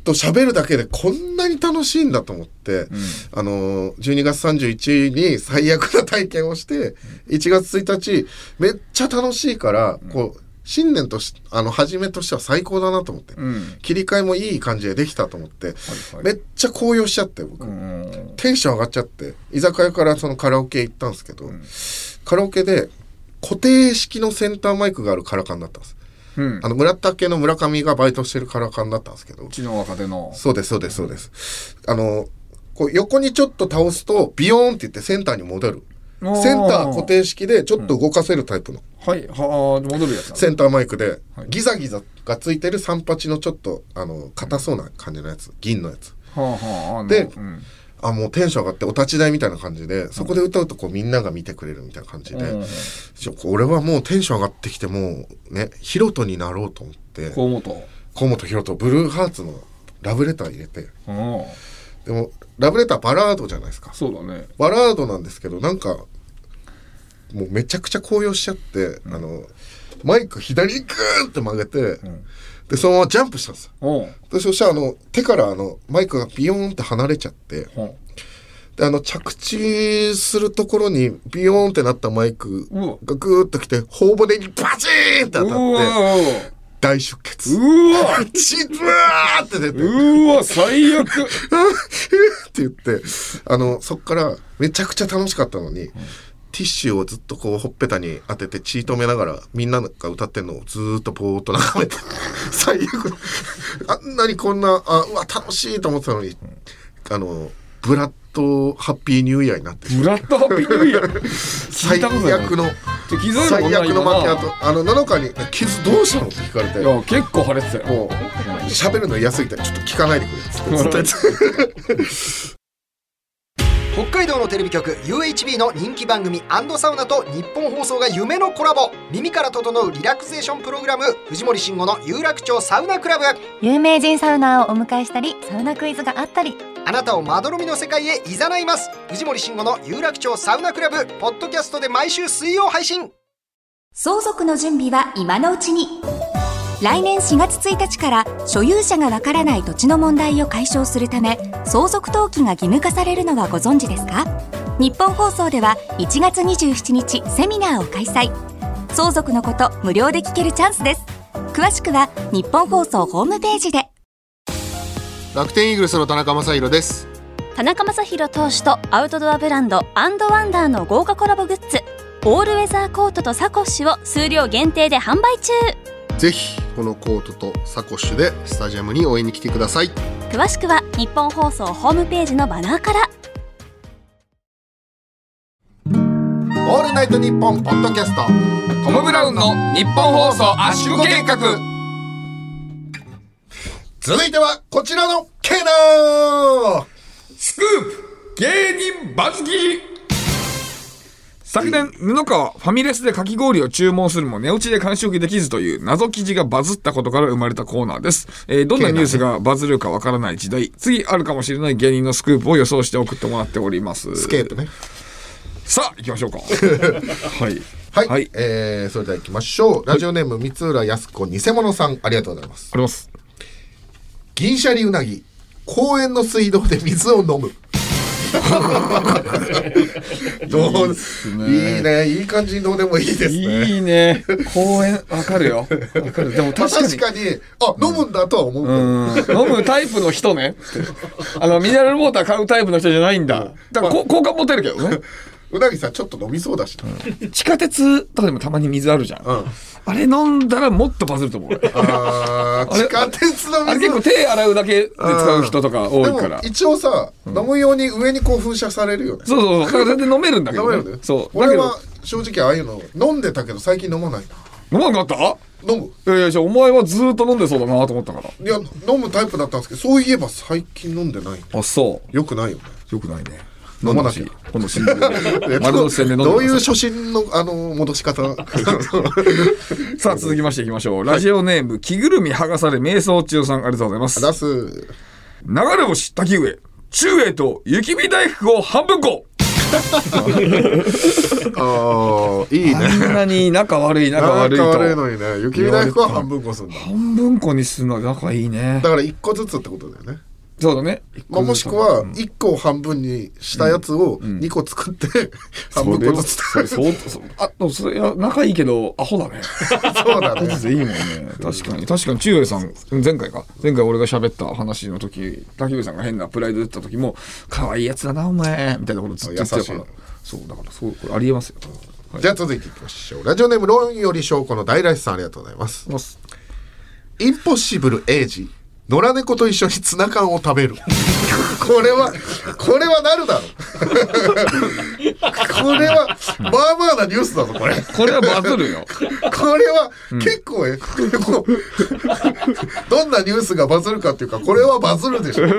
A: と喋るだけでこんなに楽しいんだと思って、あのー12月31日に最悪な体験をして1月1日めっちゃ楽しいから、こう新年としあの初めとしては最高だなと思って、
B: うん
A: 切り替えもいい感じでできたと思って、
B: はい
A: めっちゃ高揚しちゃって僕、
B: うん
A: テンション上がっちゃって居酒屋からそのカラオケ行ったんですけど、カラオケで固定式のセンターマイクがあるカラカンだったんです
B: うん
A: あの村竹の村上がバイトしてるカラカンだったんですけど
B: うちの若手の
A: そうですそうですそうですあのこう横にちょっと倒すとビヨーンって言ってセンターに戻る
B: おー
A: センター固定式でちょっと動かせるタイプの
B: はいはあ戻るやつなんだ
A: センターマイクで
B: はい
A: ギザギザがついてる三八のちょっとあの硬そうな感じのやつ銀のやつ
B: はあはああの
A: で
B: うん
A: あもうテンション上がってお立ち台みたいな感じでそこで歌うとこうみんなが見てくれるみたいな感じで、
B: うん
A: ちょ俺はもうテンション上がってきてもうねヒロトになろうと思って
B: 河本
A: 河本ヒロトブルーハーツのラブレター入れて
B: うん
A: でもラブレターバラードじゃないですか
B: そうだね
A: バラードなんですけどなんかもうめちゃくちゃ高揚しちゃって、あのマイク左にグーンって曲げて、でそのままジャンプしたんですよ
B: うん
A: でそしたらあの手からあのマイクがビヨーンって離れちゃって
B: うん
A: であの着地するところにビヨーンってなったマイク
B: うわ
A: がグーッときて頬骨にバチーンって当
B: う
A: たって
B: わ
A: 大出血
B: うわ
A: 血ブワーって出て
B: うわ最
A: <laughs> っ
B: 悪
A: て言ってあのそっからめちゃくちゃ楽しかったのに、ティッシュをずっとこうほっぺたに当てて血止めながらみんなが歌ってんのをずーっとぼーっと眺めて最悪あんなにこんなあうわ楽しいと思ってたのに、あのブラッドハッピーニューイヤーになって
B: ブラッドハッピーニューイヤー聞い
A: 最
B: たことない
A: 悪の
B: ちょ気づいたこと
A: 最
B: ない
A: 悪の
B: よ
A: 負け
B: な
A: 跡あの7日に「傷どうしたの?」って聞かれて
B: いや結構晴れてたよ
A: もう喋るの嫌すぎてちょっと聞かないでくれっつってずっとやって
F: 北海道のテレビ局 UHB の人気番組サウナと日本放送が夢のコラボ耳から整うリラクゼーションプログラム藤森慎吾の有楽町サウナクラブ
G: 有名人サウナーをお迎えしたりサウナクイズがあったり
F: あなたをまどろみの世界へいざないます藤森慎吾の有楽町サウナクラブポッドキャストで毎週水曜配信
D: 相続の準備は今のうちに来年4月1日から所有者がわからない土地の問題を解消するため相続登記が義務化されるのはご存知ですか日本放送では1月27日セミナーを開催相続のこと無料で聞けるチャンスです詳しくは日本放送ホームページで
H: 楽天イーグルスの田中将大です
D: 田中将大投手とアウトドアブランドアンドワンダーの豪華コラボグッズオールウェザーコートとサコッシュを数量限定で販売中
H: ぜひこのコートとサコッシュでスタジアムに応援に来てください
D: 詳しくは日本放送ホームページのバナーから
A: 「オールナイトニッポン」ポッドキャスト
B: トム・ブラウンの日本放送圧縮計画
A: 続いてはこちらのケナー
B: スクープ芸人バズキ昨年、布川はファミレスでかき氷を注文するも寝落ちで完食できずという謎記事がバズったことから生まれたコーナーです。えーどんなニュースがバズるかわからない時代、次あるかもしれない芸人のスクープを予想して送ってもらっております。
A: スケープね
B: さあ、行きましょう <laughs> か。はい。
A: はい、
B: はい。ありがとう
A: えーそれでは行きましょうラジオネーム三浦靖子偽物さんありがとうございます
B: ございます。
A: 銀シャリウナギ公園の水道で水を飲むどういいねいい感じにどうでもいいですね
B: いいね。公園、わかるよ。わかる。でも確かに
A: 確。かにあ飲むんだとは思うけど、
B: うん飲むタイプの人ね。あの、ミネラルウォーター買うタイプの人じゃないんだ。だから、こ好感持てるけどね。
A: うなぎさんちょっと飲みそうだしな、
B: 地下鉄とかでもたまに水あるじゃん。
A: うん
B: あれ飲んだらもっとバズると思う。
A: <laughs>
B: 俺
A: あー
B: あれ
A: 地下鉄の
B: あれ
A: 水
B: 結構手洗うだけで使う人とか多いか
A: でも
B: ら。
A: 一応さ、飲むように上にこう噴射されるよね
B: そうそうそう。だから全然飲めるんだけ
A: 飲
B: ど、
A: め
B: ね。
A: るね
B: そう。だけ
A: 俺
B: ど
A: は、正直ああいうの飲んでたけど最近飲まない
B: 飲まなかった
A: な飲む
B: いやいやじゃあお前はずーっと飲んでそうだなと思ったから。
A: いや飲むタイプだったんですけどそういえば最近飲んでない
B: あ、そ
A: よくないよね
B: う。よくないね。
A: 飲まなきゃ
B: 飲んでほしい今度新
A: <laughs>
B: 宿で丸の内線で飲んで
A: どう
B: くださ
A: いう初心のあの戻し
B: <laughs>
A: 方
B: さあ続きましていきましょう。ラジオネーム、着ぐるみ剥がされ瞑想中さんありがとうございます。
A: 出す
B: 流れ星滝上中英と雪見大福を半
A: <laughs>
B: 分こ
A: ああ、いいね。
B: あんなに仲悪い仲悪い
A: 仲
B: と
A: 悪いのにね、雪見大福は半分こすんだ。
B: 半分こにするのは仲いいね
A: だから一個ずつってことだよね。
B: そうだね
A: まあ、もしくは一個を半分にしたやつを二個作って、半分こずつ
B: それそうそうあでもそれは仲いいけどアホだね
A: そうだ
B: 個ず
A: ね。
B: つでいいもんね確かに確かに中英さん前回か前回俺が喋った話の時竹上さんが変なプライド出た時も「可愛いやつだなお前」みたいなことずっと言ってたか
A: 優
B: ら
A: しい
B: そうだからそうこれありえますよ
A: <laughs> じゃあ続いていきましょう。ラジオネームロンより証拠の大来さんありがとうございます。インポッシブルエイジ。野良猫と一緒にツナ缶を食べる。 <laughs> これは、これはなるだろう。こ <laughs> れは、まあまあなニュースだぞ、これ。
B: これはバズるよ
A: これは結構え、こうどんなニュースがバズるかっていうか、これはバズるでしょ。こ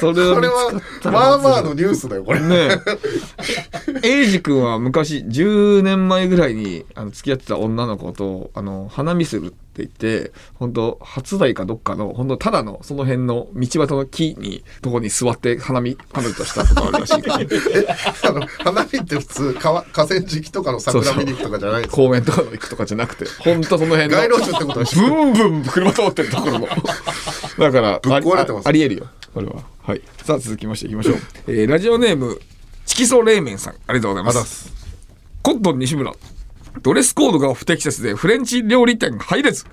B: それ
A: れ
B: は
A: はまあまあのニュースだよ、これ。
B: ね <laughs> え。エイジ君は昔、10年前ぐらいに、あの、付き合ってた女の子と、あの、花見するって言って、本当初台かどっかの、本当ただの、その辺の道端の木に、とこに座って花見、花見としたことあるらしいから、
A: え、 <laughs> あの、花見って普通川、河川敷とかの桜見に行くとかじゃないですか。 <laughs>
B: 公園とかの行くとかじゃなくて、本当その辺の。
A: 街路樹ってことでしょ。
B: ブンブン車通ってるところ
A: <laughs>
B: の。だから、
A: ぶっ壊れてます
B: ああありえるよ。これは。はい。さあ、続きましていきましょう。えーラジオネーム、チキソ冷麺さん。ありがとうございま
A: あざっ
B: す。
A: す。
B: コットン西村ドレスコードが不適切でフレンチ料理店入れず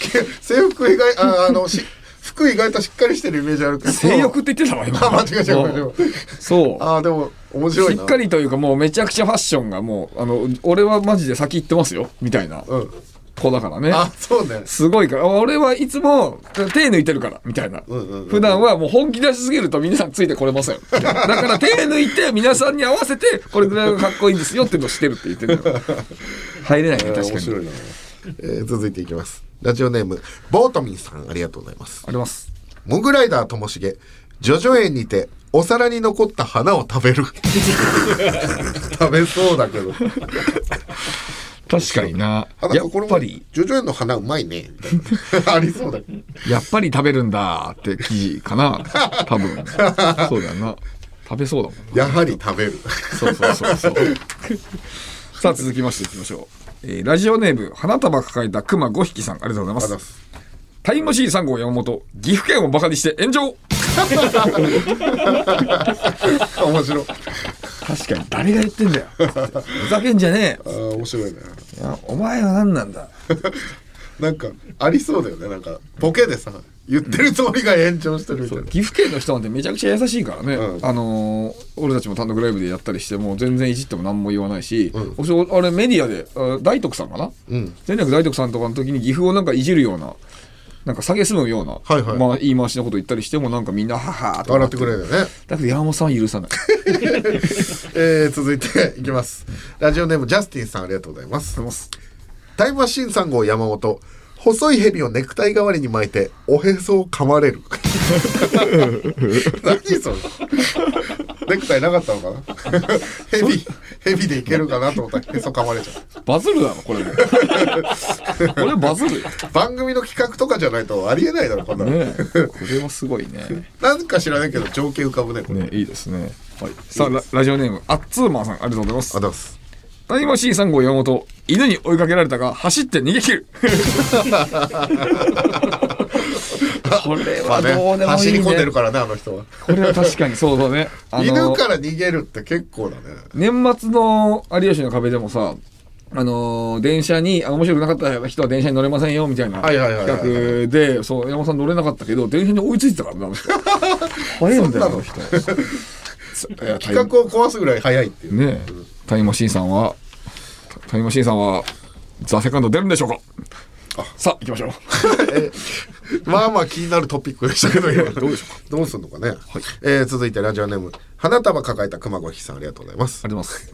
A: け制服意外、ああの、し、服意外としっかりしてるイメージあるけど。
B: 性欲って言ってたわ今
A: あ、間違えちゃう、間違えちゃう。
B: そう
A: ああ、でも、面白い
B: し
A: な。
B: っかりというかもうめちゃくちゃファッションがもうあの俺はマジで先行ってますよみたいな
A: うん。
B: 子だからね
A: あ、そうね。
B: すごいから俺はいつも手抜いてるからみたいな、
A: んうんうん
B: 普段はもう本気出しすぎると皆さんついてこれませんみたいなだから手抜いて皆さんに合わせてこれぐらいがかっこいいんですよっていうのをしてるって言ってるのよ入れないね確かに
A: 面白いな。えー続いていきます。ラジオネーム、ボートミンさん、ありがとうございます。
B: あります
A: モグライダーともしげ、ジョジョ園にて、お皿に残った花を食べ
B: <laughs>
A: る。食べそうだけど。
B: 確かにな
A: あなん
B: や
A: か
B: っ
A: これ
B: ぱ
A: も
B: り
A: ジョジョ園の花うまいね。 <laughs> みたいなありそうだけど。
B: やっぱり食べるんだって記事かな多分そうだよな食べそうだもんな
A: やはり食べる。
B: そうそうそう <laughs> そうさあ続きましていきましょう、えーラジオネーム花束抱えた熊5匹さんありがとうございますタイムマシーン3号山本岐阜県をバカにして炎上
A: 面白い。
B: 確かに誰が言ってんだよ <laughs> ふざけんじゃね
A: ああ、面白いね。
B: えいやお前は何なんだ
A: なんか、ありそうだよね。なんか、ボケでさ、言ってるつもりが延長してるみたいな。
B: 岐阜県の人なんてめちゃくちゃ優しいからね、
A: うん
B: あのー俺たちも単独ライブでやったりしても全然いじっても何も言わないし、おしあれメディアであ大徳さんかな、全略大徳さんとかの時に岐阜をなんかいじるようななんか下げすむような、
A: はいはい
B: まあ、言い回しのこと言ったりしてもなんかみんなははーと
A: 笑ってくれるよね。
B: だけど山本さんは許さない
A: えー、続いていきます。ラジオネーム、ジャスティンさん、ありがとうございます。タイムマシーン3号山本。細い蛇をネクタイ代わりに巻いて、おへそを噛まれる。何それ。ネクタイなかったのかな蛇、蛇でいけるかなと思ったら、へそ噛まれちゃう。
B: バズるだろこれ <laughs> もこれバズるよ
A: 番組の企画とかじゃないとありえないだろ、こんなの。
B: ねえこれはすごいね
A: なんか知らないけど、情景浮かぶね、これ。
B: ねいいですね、はい、さあララジオネームアッツーマンさんありがとうございます
A: あ、だす。
B: タイムマシーン3号山本犬に追いかけられたが走って逃げ切るこれ
A: まあ
B: は
A: ね、
B: どうでもいい、ね、
A: 走り込んでるからね、あの人は。
B: <laughs> これは確かにそうだねあの
A: 犬から逃げるって結構だね。
B: 年末の「有吉の壁」でもさあのー電車にあ面白くなかった人は電車に乗れませんよみたいな
A: はいはいはい
B: 企
A: はい
B: 画でそう山本さん乗れなかったけど電車に追いついてたからなあの人 <laughs> 早いんだよあの <laughs> 人いや
A: 企画を壊すぐらい早いっていう。
B: ねえタイムマシーンさんはタイムマシーンさんはザ・セカンド出るんでしょうかさあ行きましょう
A: まあまあ気になるトピックでしたけど、 <laughs> 今どうでしょうか。どうすんのかね。えー続いてラジオネーム、花束抱えた熊五匹さん、ありがとうございます
B: あ。ります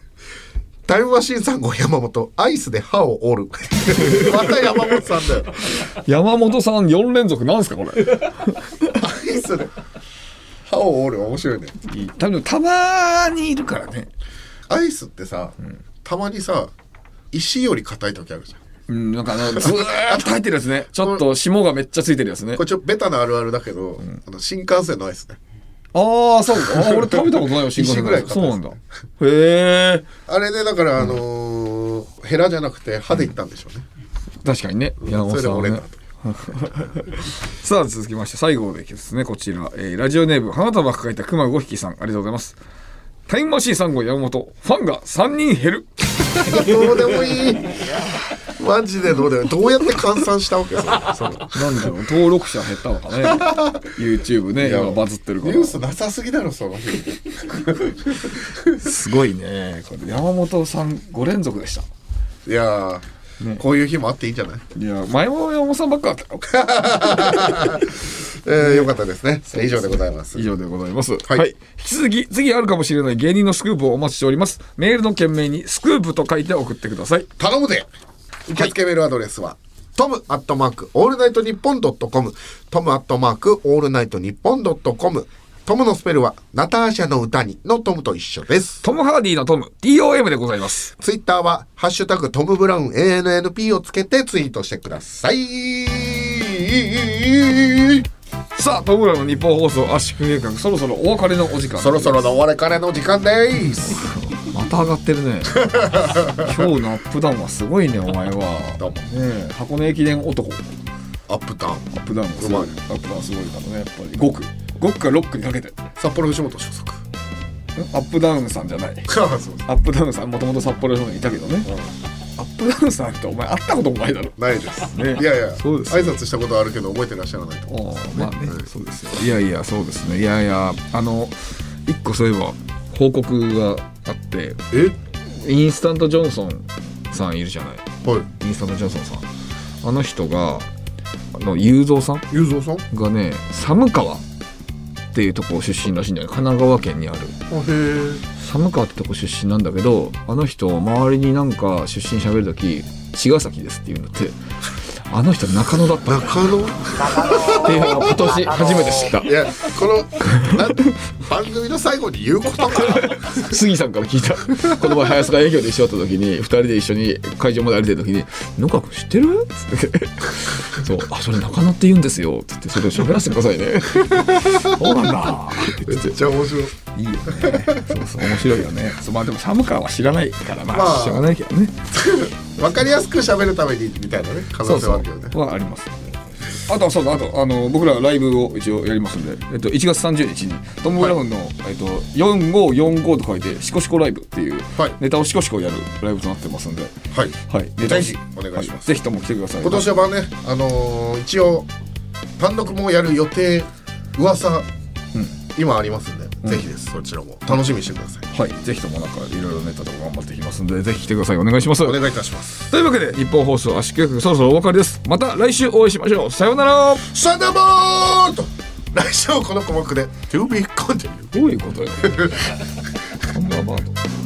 A: タイムマシーンさん号山本、アイスで歯を <laughs> 折る。また山本さんだよ。
B: 山本さん4連続なんですかこれ
A: アイスで歯を折る、面白いね。
B: 多分たまーにいるからね
A: アイスってさ、たまにさ、石より硬い時あるじゃん。
B: うん、なんかあの、ずーっと入ってるやつ
A: <laughs>
B: ね。ちょっと霜がめっちゃついてるやつね
A: こ。れちょっとベタなあるあるだけど、あの新幹線のアイスね
B: ああ、そうか。あー俺食べたことないよ、新幹
A: 一
B: 線
A: 周ぐらいかかった
B: そうなんだ。へえ。
A: あれねだからあのーヘラじゃなくて歯でいったんでしょうね、
B: 確かにね、山本
A: それ
B: さ
A: で
B: んは
A: 折れ
B: ね
A: た。と
B: <laughs> さあ、続きまして、最後ですね、こちら。えーラジオネーム、花束抱えた熊五匹さん、ありがとうございます。タイムマシーン3号山本、ファンが3人減る。
A: どうでもいいマジでどうでもいいどうやって換算したわけそれその
B: なん <laughs> だろう、登録者減ったのかね。YouTube <laughs> ね、今バズってるか
A: ニ
B: ら。
A: ュースなさすぎだろその日
B: すごいね。これ山本さん5連続でした。
A: いやー、こういう日もあっていいんじゃない、
B: いや、前も山本さんばっかだったよ。
A: えーよかったですね以上でございます
B: 以上でございます。は、
A: はいい
B: 引き続き、次あるかもしれない芸人のスクープをお待ちしております。メールの件名に、スクープと書いて送ってください。
A: 頼むで受付メールアドレスは、トムアットマークオールナイトニッポンドットコムトムアットマークオールナイトニッポンドットコムトムのスペルはナターシャの歌にのトムと一緒です
B: トム・ハーディのトム、TOM でございます。
A: ツイッターはハッシュタグトムブラウン ANNP をつけてツイートしてください
B: さあ、トムラの日本放送圧縮計画、そろそろお別れのお時間。
A: そろそろのお別れの時間です
B: また上がってる <laughs> ね。今日のアップダウンはすごいね、お前は。
A: どうも
B: ねえ箱根駅伝男。
A: アップタウン
B: アップダウンがすごい。ア
A: うまい
B: ップダウンすごいからね、やっぱり。5区。5区から6区にかけて。ん
A: 札幌吉本所属
B: アップダウンさんじゃない。
A: ああそう
B: <laughs> アップダウンさん、もともと札幌の方にいたけどね。アップダウンさんってお前会ったこともないだろ。
A: ないです、
B: ね
A: いやいや
B: そうです
A: 挨拶したことあるけど覚えてらっしゃらないと
B: おーまあね、そうですよいやいやそうですねいやいやあの一個そういえば報告があってインスタントジョンソンさんいるじゃない
A: はい
B: インスタントジョンソンさんあの人があの雄三さん
A: ゆうぞうさんあ
B: がね寒川っていうとこ出身らしいんだよ神奈川県にある
A: へえ
B: 寒川ってとこ出身なんだけどあの人周りになんか出身喋る時茅ヶ崎ですって言うんだってあの人中野だったんだよ
A: 中野
B: っていうのを今年初めて知った
A: いやこのなん番組の最後に言うことか
B: 杉さんから聞い <laughs> たこの前早坂営業で一緒だった時に二人で一緒に会場まで歩いてる時に「野川君知って <laughs> る?」っつって「そうあそれ中野って言うんですよ」っつってそれを喋らせてくださいね <laughs> そうなんだ
A: めっちゃ面白い
B: いいよねそうそう面白いよねそうまあでも寒川は知らないからまあ、
A: まあ
B: しょうがないけどね
A: わかりやすく喋るためにみたいなね可
B: そ
A: 能
B: う
A: 性
B: そ
A: はあるけどね
B: うはありますあとそうだあとあの僕らライブを一応やりますんで、えっと、1月30日にトム・ブラウンの、えっと、4545と書いて「シコシコライブ」っていう
A: はい
B: ネタをシコシコやるライブとなってますんで、
A: はい
B: はい、
A: ぜひお願いします
B: はぜひとも来てください。
A: 今年はねあのー一応単独もやる予定噂、今ありますんで、ぜひですそちらも楽しみにしてください、
B: はい、ぜひともなんかいろいろネタとか頑張っていきますんで、ぜひ来てください。お願いします。
A: お願いいたします
B: というわけで、日本放送圧縮計画そろそろお別れです。また来週お会いしましょう。さようなら。
A: サダボーンと来 <laughs> 週はこの項目で To be continued
B: どういうことよ。ハンバーバーと。